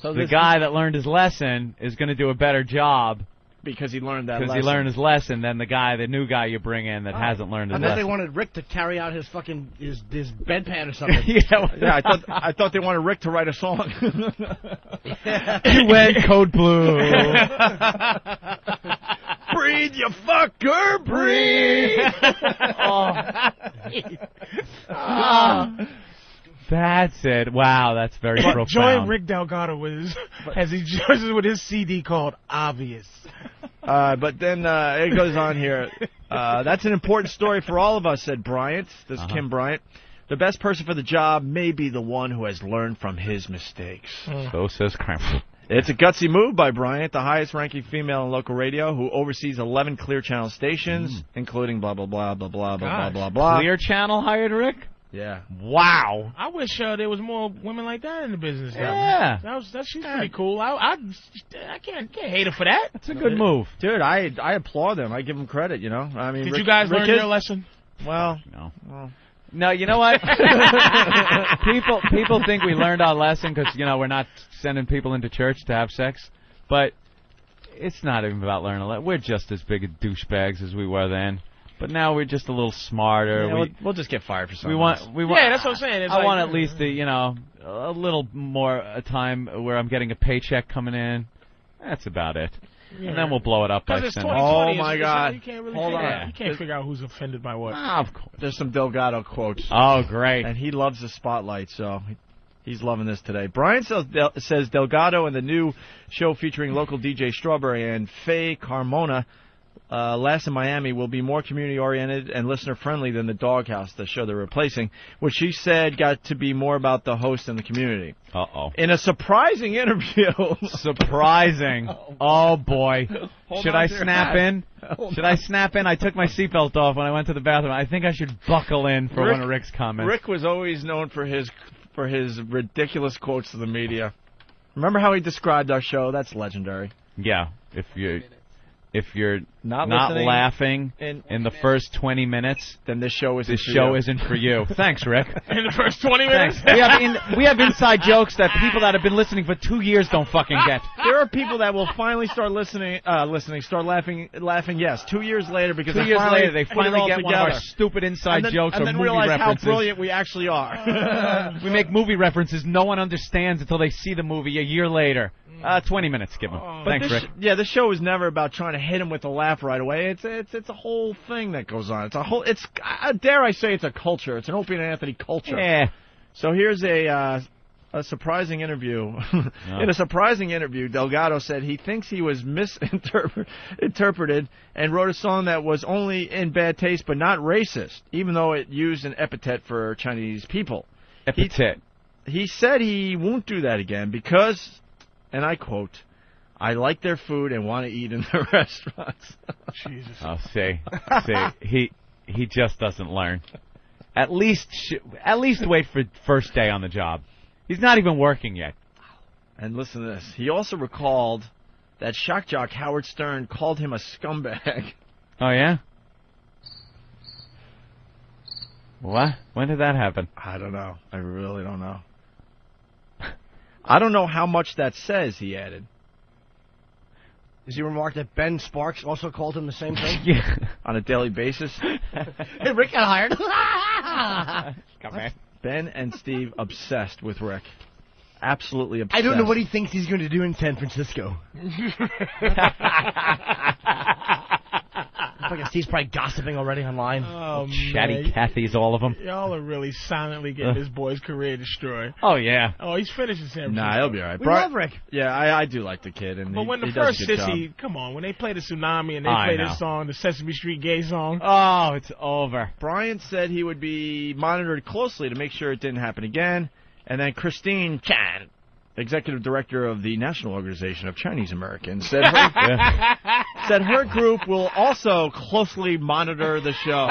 So the guy that learned his lesson is going to do a better job because he learned that because he lesson. learned his lesson than the guy, the new guy you bring in that hasn't learned I his thought they lesson. wanted Rick to carry out his fucking his, his bedpan or something. yeah, yeah, I thought I thought they wanted Rick to write a song. he went code blue. breathe, you fucker, breathe. That's it. Wow, that's very But profound. join Rick Delgado with his, as he joins us with his CD called Obvious. Uh, but then uh, it goes on here. Uh, that's an important story for all of us, said Bryant. This is Kim Bryant. The best person for the job may be the one who has learned from his mistakes. So says Cramp. It's a gutsy move by Bryant, the highest ranking female in local radio, who oversees 11 Clear Channel stations, including blah, blah, blah, blah, blah, blah, Gosh. blah, blah, blah. Clear Channel hired Rick? Yeah. Wow. I wish uh, there was more women like that in the business. though. Yeah. That was that. She's pretty cool. I I, I can't can't hate her for that. That's a good move. Dude, I I applaud them. I give them credit, you know? I mean, Did Rick- you guys Rick learn is- your lesson? Well, No. Well. No, you know what? people people think we learned our lesson because you know we're not sending people into church to have sex, but it's not even about learning a lesson. We're just as big a douchebags as we were then, but now we're just a little smarter. yeah, we we'll, we'll just get fired for something. we want we want. Yeah, that's what I'm saying. It's I like- want at least a, you know a little more a time where I'm getting a paycheck coming in. That's about it, and then we'll blow it up by Because it's sending- 2020. Oh, it's- my it's- God. You can't really Hold figure, on. You can't figure out who's offended by what. Ah, of course. There's some Delgado quotes. Oh, great. and he loves the spotlight, so he's loving this today. Brian says, Del- says Delgado and the new show featuring local DJ Strawberry and Faye Carmona uh, Last in Miami will be more community oriented and listener friendly than the Doghouse, the show they're replacing, which she said got to be more about the host and the community. Uh oh. In a surprising interview, Surprising. Oh boy. Hold Should on I to your snap hat. in? Should I snap in? I took my seatbelt off when I went to the bathroom. I think I should buckle in for Rick- one of Rick's comments. Rick was always known for his for his ridiculous quotes to the media. Remember how he described our show? That's legendary. Yeah. If you if you're Not not, listening laughing in- in the first 20 minutes, Then this show is this show isn't for you. Thanks, Rick. In the first 20 minutes? Thanks. We have in, we have inside jokes that people that have been listening for 2 years don't fucking get. There are people that will finally start listening, uh, listening, start laughing, laughing. Yes, two years later because 2 they years finally later they put it finally all get one together. of our stupid inside and then, jokes and or then movie realize references. how brilliant we actually are. We make movie references no one understands until they see the movie a year later. Uh, 20 minutes, give them. Thanks, Oh. this, Rick. Yeah, the show is never about trying to hit him with a laugh right away. It's it's it's a whole thing that goes on. It's a whole. It's uh, dare I say it's a culture. It's an Opie and Anthony culture. Yeah. So here's a uh, a surprising interview. In a surprising interview, Delgado said he thinks he was misinterpreted and wrote a song that was only in bad taste but not racist, even though it used an epithet for Chinese people. Epithet. He said he won't do that again because, and I quote, "I like their food and want to eat in their restaurants." Oh, see, see, he he just doesn't learn. At least sh- at least wait for first day on the job. He's not even working yet. And listen to this. He also recalled that shock jock Howard Stern called him a scumbag. Oh yeah. What? When did that happen? I don't know. I really don't know. I don't know how much that says, he added. Does he remark that Ben Sparks also called him the same thing? Yeah. On a daily basis, hey, Rick got hired. Come here. Ben and Steve obsessed with Rick. Absolutely obsessed. I don't know what he thinks he's going to do in San Francisco. I guess he's probably gossiping already online. Oh, Chatty man. Cathy's, all of them. Y'all are really silently getting this boy's career destroyed. Oh yeah. Oh, he's finishing San Francisco. Nah, he'll be all right. we Bri- love Rick. Yeah, I, I do like the kid. And But he, when the he does first a good job. sissy, come on, when they play the tsunami and they I play know. this song, the Sesame Street gay song, Oh, it's over. Brian said he would be monitored closely to make sure it didn't happen again. And then Christine Chan, executive director of the National Organization of Chinese Americans, said her, said her group will also closely monitor the show.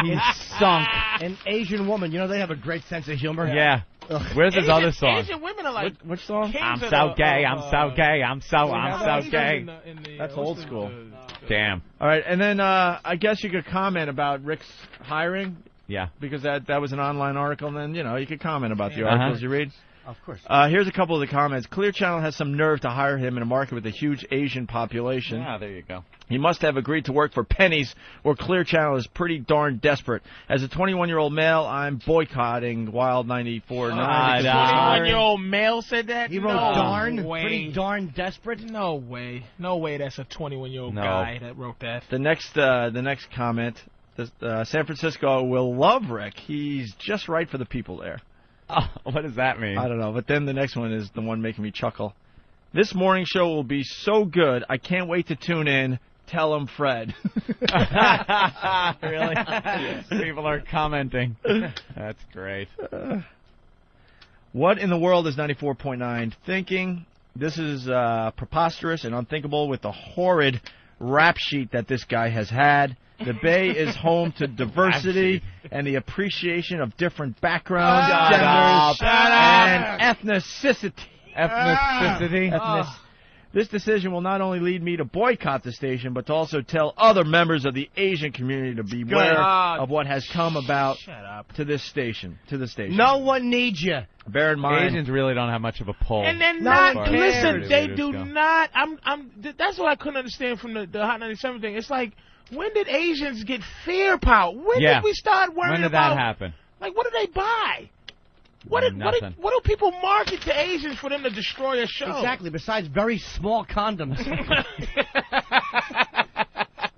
He's sunk. An Asian woman, you know they have a great sense of humor. Yeah. Ugh. Where's his Asian- other song? Asian women are like Which song? kings I'm so of the- gay. of, I'm uh, so gay. I'm so. no, I'm so he's gay. in the- in the, uh, That's what's old the- uh, school. the- Damn. All right, and then uh, I guess you could comment about Rick's hiring Yeah. because that that was an online article. And then you know you could comment about the Uh-huh. articles you read. Of course. Uh, here's a couple of the comments. Clear Channel has some nerve to hire him in a market with a huge Asian population. Ah, there you go. He must have agreed to work for pennies, where Clear Channel is pretty darn desperate. As a 21-year-old male, I'm boycotting Wild 94. Ah, Nine. nah. When your old male said that? He wrote no darn, way. pretty darn desperate. No way. No way that's a 21 year old No. guy that wrote that. The next, uh, the next comment. This, uh, San Francisco will love Rick. He's just right for the people there. Oh, what does that mean? I don't know, but then the next one is the one making me chuckle. This morning show will be so good. I can't wait to tune in. Tell him Fred. really? People are commenting. That's great. What in the world is 94.9 thinking? This is uh, preposterous and unthinkable with the horrid rap sheet that this guy has had. The Bay is home to diversity and the appreciation of different backgrounds, Shut genders, up. and ethnicity. Ethnicity. This decision will not only lead me to boycott the station, but to also tell other members of the Asian community to beware Ah, of what has come about Shut up. to this station. To the station. No one needs you. bear in mind. Asians really don't have much of a pull. And then No not one listen. Oh. cares. They Leaders do go. not. I'm. I'm. Th- that's what I couldn't understand from the, the Hot 97 thing. It's like, when did Asians get fear power? When Yeah. did we start worrying when did about? that happen? Like, what do they buy? What did, what, did, Nothing. what do people market to Asians for them to destroy a show? Exactly. Besides very small condoms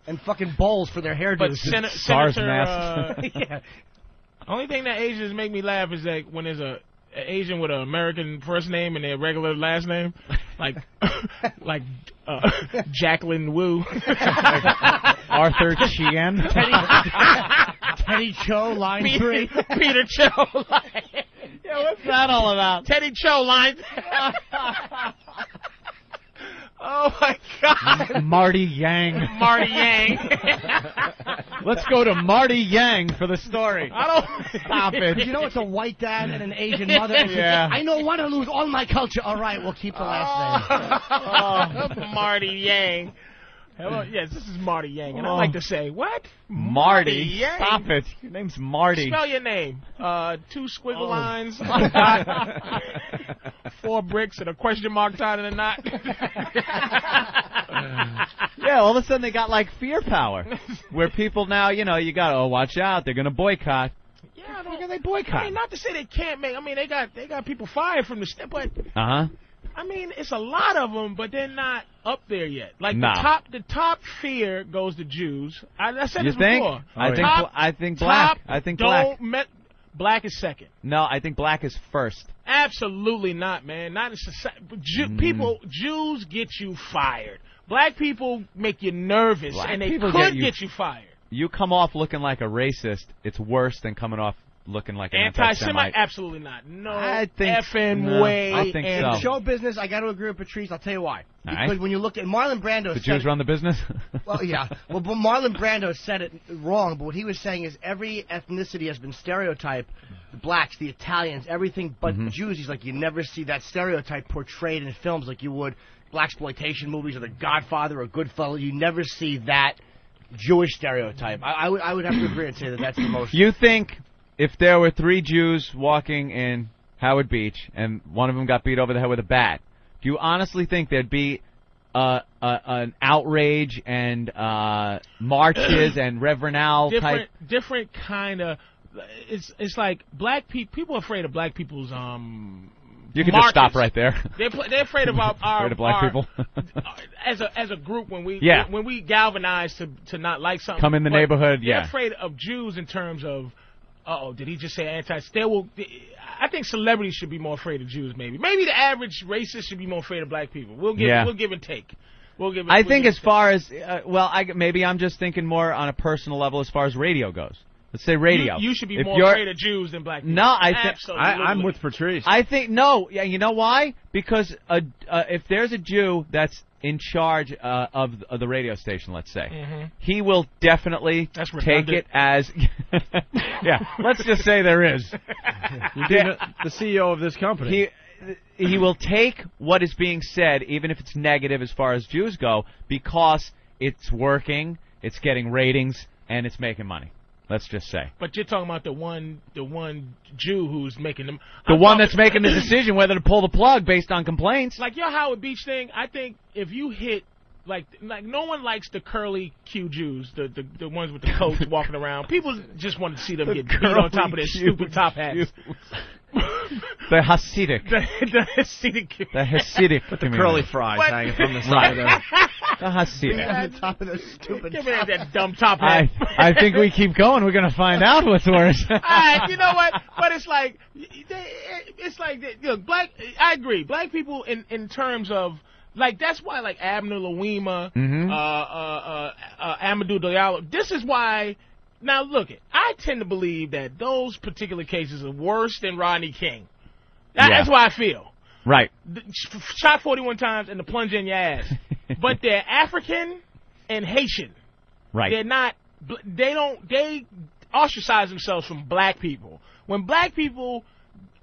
and fucking bowls for their hairdos. But sen- SARS Senator, masks. uh, yeah. Only thing that Asians make me laugh is like when there's a, a Asian with an American first name and their regular last name, like like uh, Jacqueline Wu, Arthur Chien. Teddy Cho, line three, Peter Cho. Line. Yeah, what's that all about? Teddy Cho line. oh my God, Marty Yang. Marty Yang. Let's go to Marty Yang for the story. I don't stop it. You know it's a white dad and an Asian mother. Yeah. I don't want to lose all my culture. All right, we'll keep the last name. Oh, Marty Yang. Hello, yes, this is Marty Yang, and I Oh. like to say what? Marty. Yang. Stop it. Your name's Marty. Spell your name. Uh, two squiggle lines, four bricks, and a question mark tied in a knot. Yeah, all of a sudden they got like fear power, where people now, you know, you got to oh watch out, they're gonna boycott. yeah, I Why don't. they I boycott? mean, not to say they can't make. I mean, they got they got people fired from the st- but Uh huh. I mean, it's a lot of them, but they're not up there yet. Like No. the top, the top fear goes to Jews. I, I said You this think? before. I think Top- bl- I think black. top I think black. don't met- black is second. No, I think black is first. Absolutely not, man. Not in society. Jew- Mm. People, Jews get you fired. Black people make you nervous, Black and they people could get get you- you, fired. You come off looking like a racist, it's worse than coming off looking like an Anti-Semite? anti-Semite. Absolutely not. No I think- effing no, way. I think and so. In show business, I got to agree with Patrice. I'll tell you why. All Because right. when you look at Marlon Brando, The said Jews it- run the business. Well, yeah. Well, but Marlon Brando said it wrong. But what he was saying is every ethnicity has been stereotyped: the blacks, the Italians, everything. But Jews, he's like, you never see that stereotype portrayed in films like you would black exploitation movies or The Godfather or Goodfellas. You never see that Jewish stereotype. I, I would, I would have to agree and say that that's the most. you think if there were three Jews walking in Howard Beach and one of them got beat over the head with a bat, do you honestly think there'd be uh, uh, an outrage and uh, marches and Reverend Al type? different, different kind of. It's it's like black people. People are afraid of black people's um. You could markets. just stop right there. They're pl- they're afraid of our, our Afraid of black our- uh, people. as a as a group when we Yeah. when we galvanize to to not like something. Come in the But neighborhood, They're yeah. afraid of Jews in terms of. Oh, did he just say anti? They will. I think celebrities should be more afraid of Jews. Maybe, maybe the average racist should be more afraid of black people. We'll give, Yeah. we'll give and take. We'll give. I we'll think give as far as uh, well, I, maybe I'm just thinking more on a personal level as far as radio goes. Let's say radio. you, you should be If more you're- afraid of Jews than black people. No, I thi- Absolutely. I, I'm with Patrice. I think no. Yeah, you know why? Because a, uh, if there's a Jew that's in charge uh, of, of the radio station, let's say, he will definitely Mm-hmm. That's take it redundant. as. yeah, let's just say there is. You'd be the, the CEO of this company. He he will take what is being said, even if it's negative as far as Jews go, because it's working, it's getting ratings, and it's making money. Let's just say But you're talking about the one, the one Jew who's making them. the I'm one talking- that's making the decision whether to pull the plug based on complaints. like your Howard Beach thing. I think if you hit like like no one likes the curly Q Jews, the, the the ones with the coats walking around. People just want to see them get beat on top of their stupid top hats. The Hasidic, the, the Hasidic Q- the Hasidic, the Curly fries What? hanging from the side of the Hasidic. on the top of those stupid. Give me that- that dumb top I hat. I think we keep going. We're gonna find out what's worse. Alright, you know what? But it's like, they- it's like, that- look, black. I agree. Black people, in in terms of, like, that's why, like, Abner Lawima, Mhm. uh, uh, uh, uh, Amadou Diallo. This is why. Now look, it. I tend to believe that those particular cases are worse than Rodney King. That- Yeah. That's why I feel. Right. The- Shot 41 times and the plunge in your ass. but they're African and Haitian. They're Right. not. bl- They don't. They ostracize themselves from black people. When black people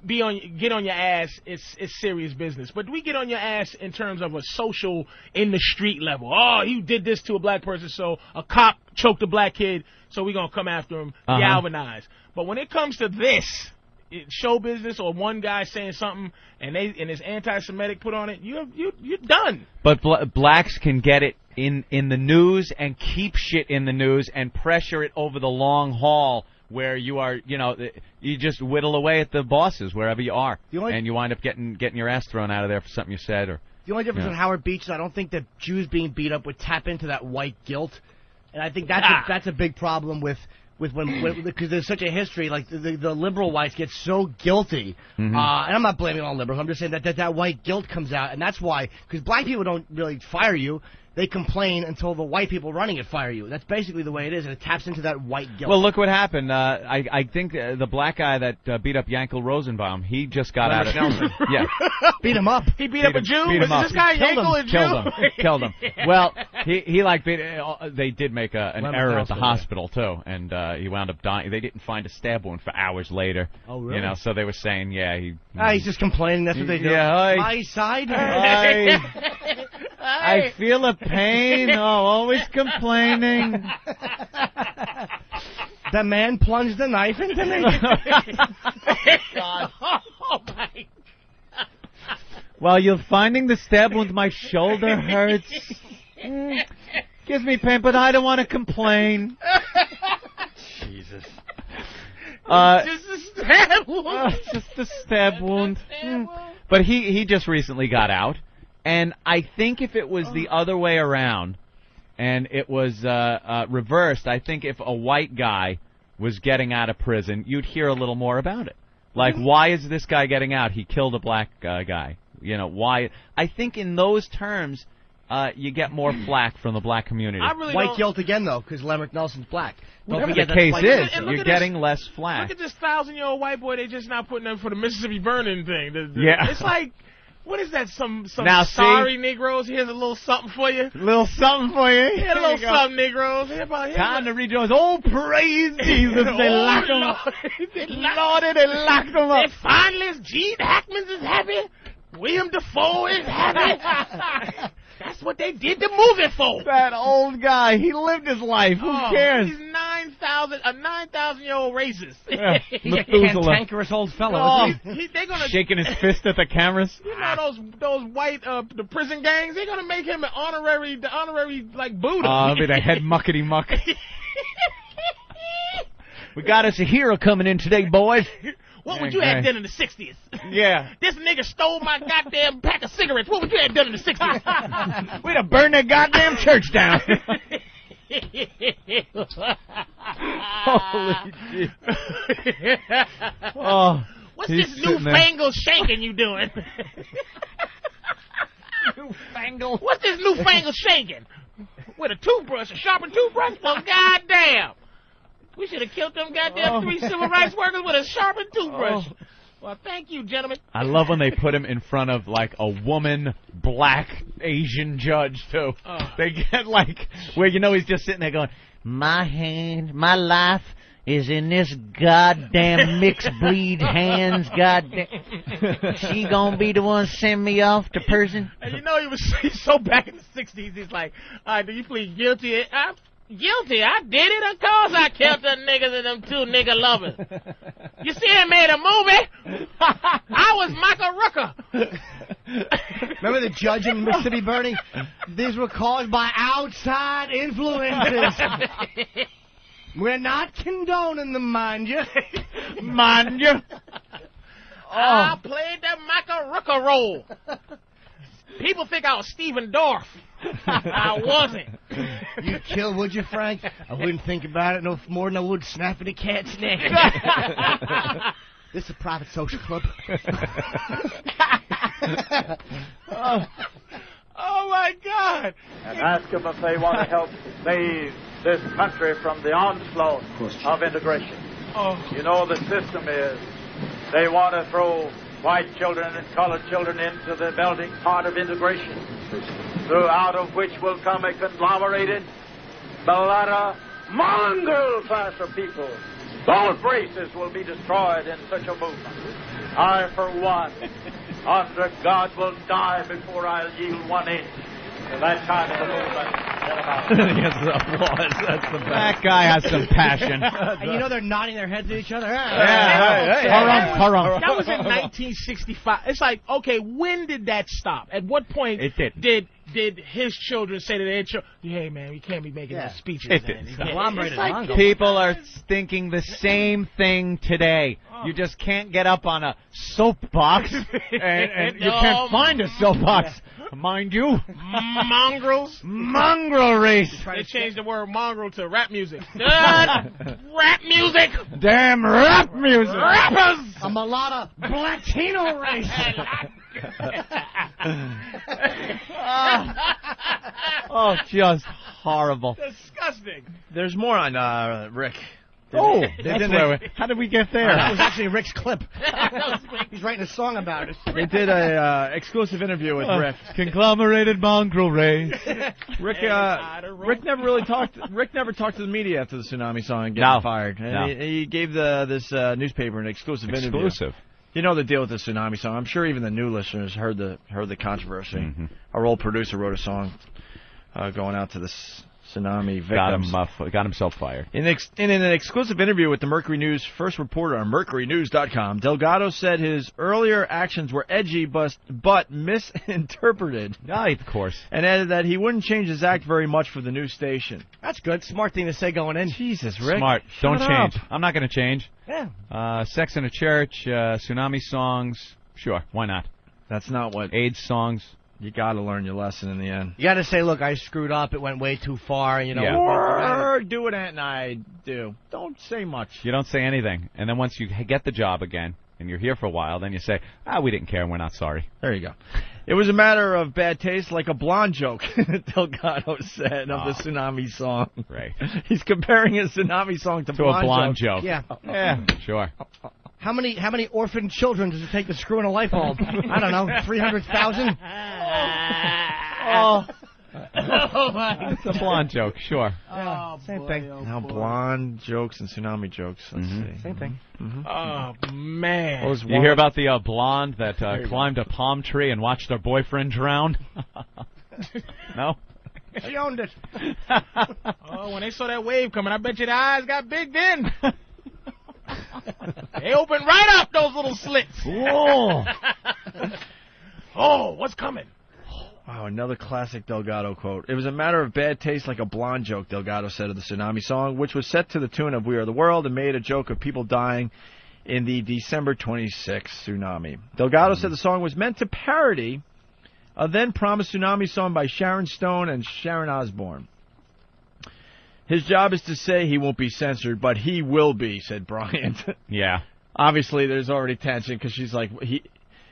be on get on your ass, it's it's serious business. But we get on your ass in terms of a social in the street level. Oh, you did this to a black person, so a cop choked a black kid, so we gonna come after him, Uh-huh. galvanize. But when it comes to this. it- Show business or one guy saying something and they and it's anti-Semitic put on it. You you you're done. But bl- blacks can get it in in the news and keep shit in the news and pressure it over the long haul. Where you are, you know, th- you just whittle away at the bosses wherever you are, The only- and you wind up getting getting your ass thrown out of there for something you said or The only difference Yeah. in Howard Beach is I don't think that Jews being beat up would tap into that white guilt, and I think that's Ah. a, that's a big problem with with when because there's such a history. Like the, the, the liberal whites get so guilty, Mm-hmm. uh, and I'm not blaming all liberals. I'm just saying that that, that white guilt comes out, and that's why because black people don't really fire you. They complain until the white people running it fire you. That's basically the way it is, and it taps into that white guilt. Well, look what happened. Uh, I I think uh, the black guy that uh, beat up Yankel Rosenbaum, he just got out of Leonard Shelton. yeah, beat him up. He beat, up a him- Jew. Beat him Is up. this guy Killed Yankel him. a Jew? killed him. killed him. Well, he he like beat, uh, they did make a, an Leonard error at the Shelton, yeah. hospital too, and uh, he wound up dying. They didn't find a stab wound for hours later. Oh, really? You know, so they were saying, yeah, he. Ah, he's just complaining. That's what they do. Yeah, I- My side. I, I feel a pain. Oh, always complaining. The man plunged the knife into me. Oh my! While you're finding the stab wound, my shoulder hurts. Mm, gives me pain, but I don't want to complain. Jesus. Uh, This is terrible. uh, just a stab wound. Mm. But he he just recently got out, and I think if it was the other way around, and it was uh, uh, reversed, I think if a white guy was getting out of prison, you'd hear a little more about it. Like, Mm-hmm. why is this guy getting out? He killed a black uh, guy. You know why? I think in those terms, uh, you get more flack from the black community. I really White don't- guilt again, though, because Lamrick Nelson's black. Don't Whatever forget the that's case white is, guilt. And look you're at this- getting less Look flack. at this thousand-year-old white boy. They just not putting up for the Mississippi burning thing. The- the- Yeah. It's like, what is that? Some some Now, see? sorry Negroes. Here's a little something for you. little something for you. Here's a little something, Negroes. Here about here. Time to rejoice. Oh, praise Jesus. They Oh, locked him up. Lord. They locked- Lordy, they locked him And up. finally, Gene Hackman is happy. William Defoe is happy. That's what they did the movie for. That old guy, he lived his life. Who Oh, cares? He's nine thousand a nine thousand year old racist. Yeah, He's a Methuselah. cantankerous old fellow. Oh. isn't he? He- they're gonna Shaking his fist at the cameras. You know those those white uh, the prison gangs. They're gonna make him an honorary the honorary like Buddha. Oh, be the head muckety muck. we got us a hero coming in today, boys. what would you have okay. done in the sixties? Yeah. This nigga stole my goddamn pack of cigarettes. What would you have done in the sixties? We'd have burned that goddamn church down. Holy shit. Oh. What's he's this sitting there. newfangled shanking you doing? What's this newfangled shanking? With a toothbrush, a sharpened toothbrush? Well, goddamn. We should have killed them goddamn Oh. three civil rights workers with a sharpened toothbrush. Well, thank you, gentlemen. I love when they put him in front of like a woman, black, Asian judge too. Oh. They get like where you know he's just sitting there going, "My hand, my life is in this goddamn mixed breed hands. Goddamn, she gonna be the one send me off to prison." And you know he was he's so back in the sixties. He's like, all right, do you plead guilty? I'm guilty. I did it. Of course, I killed the niggas and them two nigga lovers. You see, I made a movie. I was Michael Rooker. Remember the judge in Mississippi Burning? These were caused by outside influences. We're not condoning them, mind you. Mind you, I played the Michael Rooker role. People think I was Steven Dorff. I wasn't. You'd kill, would you, Frank? I wouldn't think about it no more than I would snapping a cat's neck. this is a private social club. Oh my God! and ask them if they want to help save this country from the onslaught of integration. Oh. You know the system is they want to throw white children and colored children into the melting pot of integration, through out of which will come a conglomerated, mulatto, mongrel class of people. Both races will be destroyed in such a movement. I, for one, under God, will die before I'll yield one inch to that kind of a movement. yes, applause. That's the that guy has some passion. and you know they're nodding their heads at each other. yeah, hey, hey, That hey. was- That was in 1965. It's like, okay, when did that stop? At what point It didn't. did did his children say to their children, "Hey, man, we can't be making Yeah. those speeches." It man. didn't You stop. can't- Well, I'm It's ready to like- mongo. People are thinking the same thing today. You just can't get up on a soapbox, and, and you No. can't find a soapbox Mind you, mongrels. mongrel race. They changed the word mongrel to rap music. Good rap music. Damn rap music. Rappers. A mulata Latino race. Oh, just horrible. Disgusting. There's more on uh, Rick. Oh, They that's did where a- we- how did we get That was Uh-huh. there? actually Rick's clip. He's writing a song about it. Uh. They did a uh, exclusive interview with Rick. Uh, Conglomerated mongrel race. Rick, uh, Rick never really talked. Rick never talked to the media after the tsunami song and getting No. fired. And No. he, he gave the this uh, newspaper an exclusive, interview. Exclusive. You know the deal with the tsunami song. I'm sure even the new listeners heard the heard the controversy. Mhm. Our old producer wrote a song uh, going out to the s- tsunami victims. Got him. Uh, f- got himself fired. In, ex- in an exclusive interview with the Mercury News first reporter on MercuryNews.com, Delgado said his earlier actions were edgy but, but misinterpreted, Aye, of course. and added that he wouldn't change his act very much for the new station. That's good. Smart thing to say going in. Jesus, Rick. Smart. Don't shut change. up. I'm not going to change. Yeah. Uh, sex in a church, uh, tsunami songs. Sure, why not? That's not what AIDS songs. you got to learn your lesson in the end. You got to say, look, I screwed up. It went way too far. You know. Yeah. Or do what Ant and I do. Don't say much. You don't say anything, and then once you h- get the job again, and you're here for a while, then you say, "Ah, we didn't care. and We're not sorry." There you go. It was a matter of bad taste, like a blonde joke, Delgado said of the Oh. tsunami song. Right. He's comparing his tsunami song to, To a blonde joke. Yeah. Yeah. Sure. How many how many orphan children does it take to screw in a light bulb? I don't know, three hundred thousand. Oh, It's a blonde joke. Sure. Oh, same boy, thing. oh, Now boy. blonde jokes and tsunami jokes. Let's Mhm. see. Same thing. Oh man. What was You one- hear about the uh, blonde that uh, climbed a palm tree and watched her boyfriend drown? no. She owned it. Oh, when they saw that wave coming, I bet you the eyes got big then. they opened right up those little slits. Whoa. Oh, what's coming? Wow, another classic Delgado quote. It was a matter of bad taste, like a blonde joke, Delgado said of the tsunami song, which was set to the tune of We Are the World and made a joke of people dying in the December 26th tsunami. Delgado said the song was meant to parody a then promised tsunami song by Sharon Stone and Sharon Osbourne. His job is to say he won't be censored, but he will be, said Bryant. Yeah. obviously there's already tension because she's like he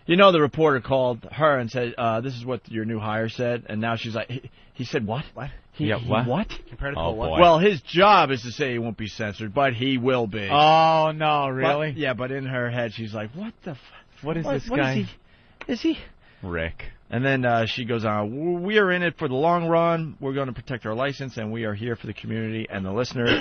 you know the reporter called her and said uh, this is what your new hire said and now she's like he, he said what what he, Yeah, he what? what Compared to Oh what? boy. well his job is to say he won't be censored but he will be Oh no, But- really? yeah but in her head she's like what the f- What is what, this what guy? is he is he Rick. and then uh, she goes on we are in it for the long run we're going to protect our license and we are here for the community and the listener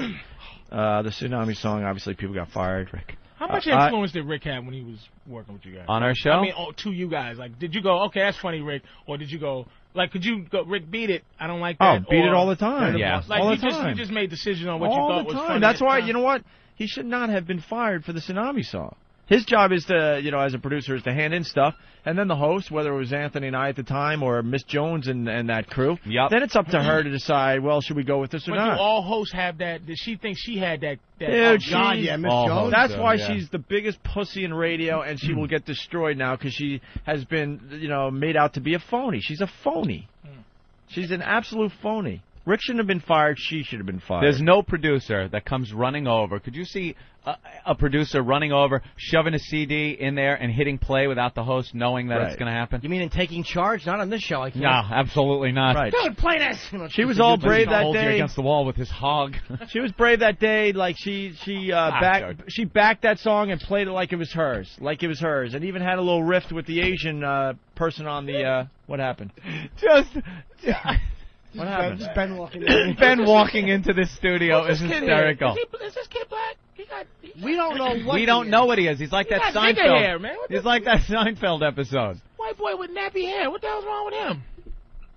uh, the tsunami song obviously people got fired Rick How much Uh, I- influence did Rick have when he was working with you guys? On our show. I mean, oh, to you guys. Like, did you go, okay, that's funny, Rick, or did you go, like, could you go, Rick, beat it? I don't like oh that. beat it or- all the time Yeah. Like, all you the just time you just made decisions on what all you thought was the time. funny. That's why you know what he should not have been fired for the tsunami song. His job is to, you know, as a producer, is to hand in stuff, and then the host, whether it was Anthony and I at the time or Miss Jones and, and that crew, Yup. then it's up to her to decide. Well, should we go with this or But not? do all hosts have that? Did she think she had that? that Dude, oh, God, she's- yeah. Miss Oh, Jones. That's So, why yeah. she's the biggest pussy in radio, and she will get destroyed now because she has been, you know, made out to be a phony. She's a phony. She's an absolute phony. Rick shouldn't have been fired. She should have been fired. There's no producer that comes running over. Could you see a, a producer running over, shoving a CD in there and hitting play without the host knowing that it's Right. going to happen? You mean in taking charge? Not on this show. I can't. No, absolutely not. right. Dude, play this. You know, She was all Listen, brave that hold you day. against the wall with his hog. She was brave that day. Like she she uh, Ah, back joke. she backed that song and played it like it was hers, like it was hers, and even had a little rift with the Asian uh, person on the. Uh, what happened? just What happened? Just Ben walking. Ben walking into this studio is This kid here, hysterical. Is, he, is this kid black? He got. He we don't know what. We don't know what he is. He's like that got nigger Seinfeld. hair, man. What He's the like that Seinfeld episode. white boy with nappy hair? What the hell's wrong with him?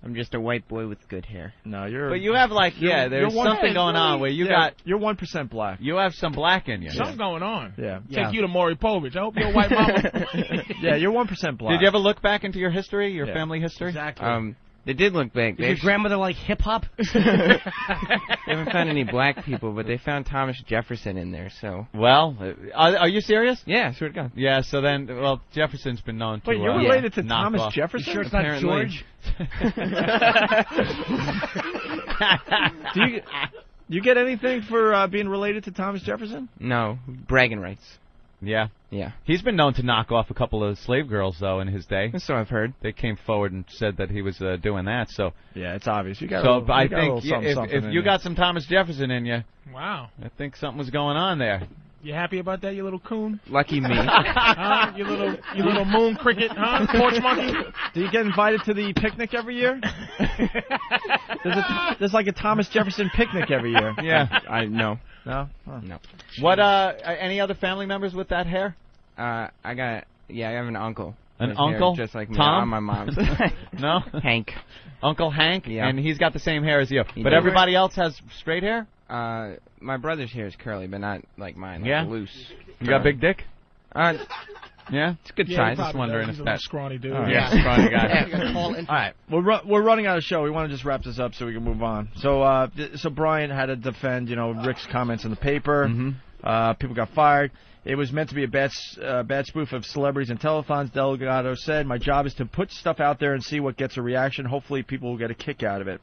I'm just a white boy with good hair. No, you're. But you have like yeah, you're there's one- something Yeah, going on where you yeah, got You're one percent black. you have some black in you. Something's going on. Yeah. Yeah. Take you to Maury Povich. I hope your white mama. Yeah, you're one percent black. Did you ever look back into your history, your Yeah. family history? Exactly. Um, They did look big. Is your They grandmother like hip hop? they haven't found any black people, but they found Thomas Jefferson in there. So Well, uh, are, are you serious? Yeah, swear to God. Yeah, so then, well, Jefferson's been known to. Wait, you're uh, related to knock Thomas off. Jefferson? You sure it's not George? Do you, you get anything for uh, being related to Thomas Jefferson? no bragging rights. Yeah, yeah. He's been known to knock off a couple of slave girls though in his day. So I've heard. They came forward and said that he was uh, doing that. So yeah, it's obvious. You got so a little- I you got a think little something, if, something if in you you. got some Thomas Jefferson in you, Wow. I think something was going on there. You happy about that, you little coon? Lucky me. huh? You little, you little moon cricket, huh? Porch monkey. Do you get invited to the picnic every year? there's, a, there's like a Thomas Jefferson picnic every year. Yeah. I, know. No. No. What? Uh, any other family members with that hair? Uh, I got yeah, I have an uncle. An His hair uncle? just like me, Tom? on my mom's. no? Hank. Uncle Hank? Yeah. And he's got the same hair as you. He but does. everybody else has straight hair? Uh, my brother's hair is curly, but not like mine. Like Yeah? loose. You got big dick? Uh, yeah, it's a good Yeah, size. he probably Just wondering does. if He's a that little scrawny dude. All Oh, right. Yeah. scrawny guy. All right, we're ru- we're running out of show. We want to just wrap this up so we can move on. So uh, th- so Brian had to defend you know Rick's comments in the paper. Mm-hmm. Uh, people got fired. It was meant to be a bad s- uh, bad spoof of celebrities and telethons. Delgado said, "My job is to put stuff out there and see what gets a reaction. Hopefully, people will get a kick out of it."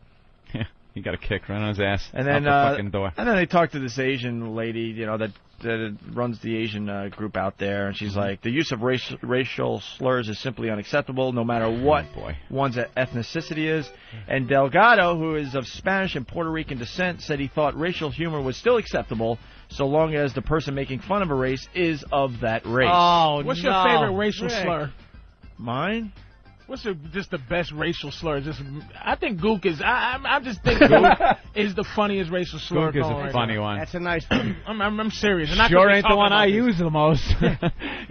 Yeah. He got a kick right on his ass. And out then the uh, fucking door. and then they talked to this Asian lady, you know, that that runs the Asian uh, group out there, and Mm-hmm. she's like, the use of race, racial slurs is simply unacceptable, no matter Oh, what one's e-, ethnicity is. And Delgado, who is of Spanish and Puerto Rican descent, said he thought racial humor was still acceptable so long as the person making fun of a race is of that race. Oh, What's your no. favorite racial slur? Mine. What's the, just the best racial slur? Just I think Gook is. I I, I just think Gook is the funniest racial slur. Gook is going a right funny now. one. That's a nice I'm, I'm, I'm serious. And I could sure be ain't the talking one about I this. use the most. you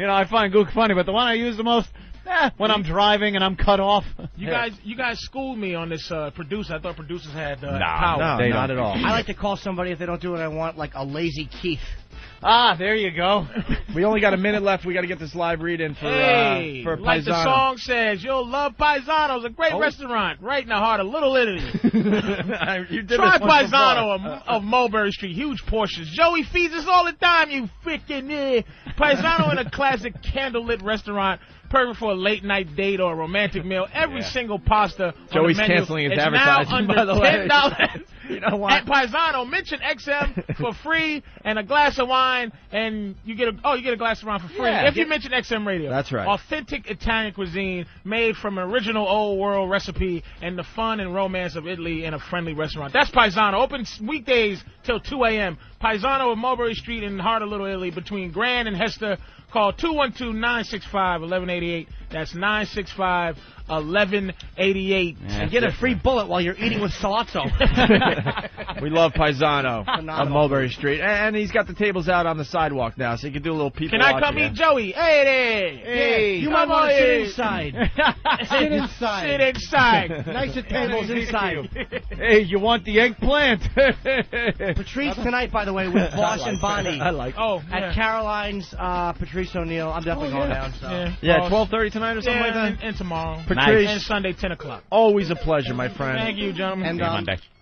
know, I find Gook funny, but the one I use the most, eh, when I'm driving and I'm cut off. You guys, you guys schooled me on this uh, producer. I thought producers had uh, Nah, power. no, They not don't. at all. I like to call somebody if they don't do what I want, like a lazy Keith. Ah, there you go. we only got a minute left. We got to get this live read in for Hey, uh, for like the Paisano. song says, you'll love Paisano's, a great Oh. restaurant right in the heart of Little Italy. you did Try this once Paisano before. of, of Mulberry Street. Huge portions. Joey feeds us all the time, you freaking eh. Paisano in a classic candlelit restaurant, perfect for a late night date or a romantic meal. Every Yeah. single pasta. Joey's on the menu canceling is his advertising, now under by the way. $10 You know what? at Paisano. Mention XM for free and a glass of wine, and you get a oh you get a glass of wine for free Yeah, if you get- mention XM Radio. That's right. Authentic Italian cuisine made from an original old world recipe and the fun and romance of Italy in a friendly restaurant. That's Paisano. Open s- weekdays till 2 a.m. Paisano of Mulberry Street in the heart of Little Italy between Grand and Hester. Call 212-965-1188. That's 965-1188. and get a free bullet while you're eating with salazzo. We love Paisano on Phenomenal. Mulberry Street, and he's got the tables out on the sidewalk now, so you can do a little people. Can I come meet Joey? Hey there. Hey, you come might wanna on sit in. inside. sit inside. Sit inside. Nice at tables inside. hey, you want the eggplant? Patrice tonight, by the way, with Boss and Bonnie. I like. Oh, At Caroline's, uh, Patrice O'Neill. I'm definitely Oh, going yeah. down. So. Yeah. Oh, Yeah, twelve thirty tonight or something Yeah, like that. And, and tomorrow. Patrice. And Sunday, 10 o'clock. Always a pleasure, my friend. Thank you, gentlemen. And, um,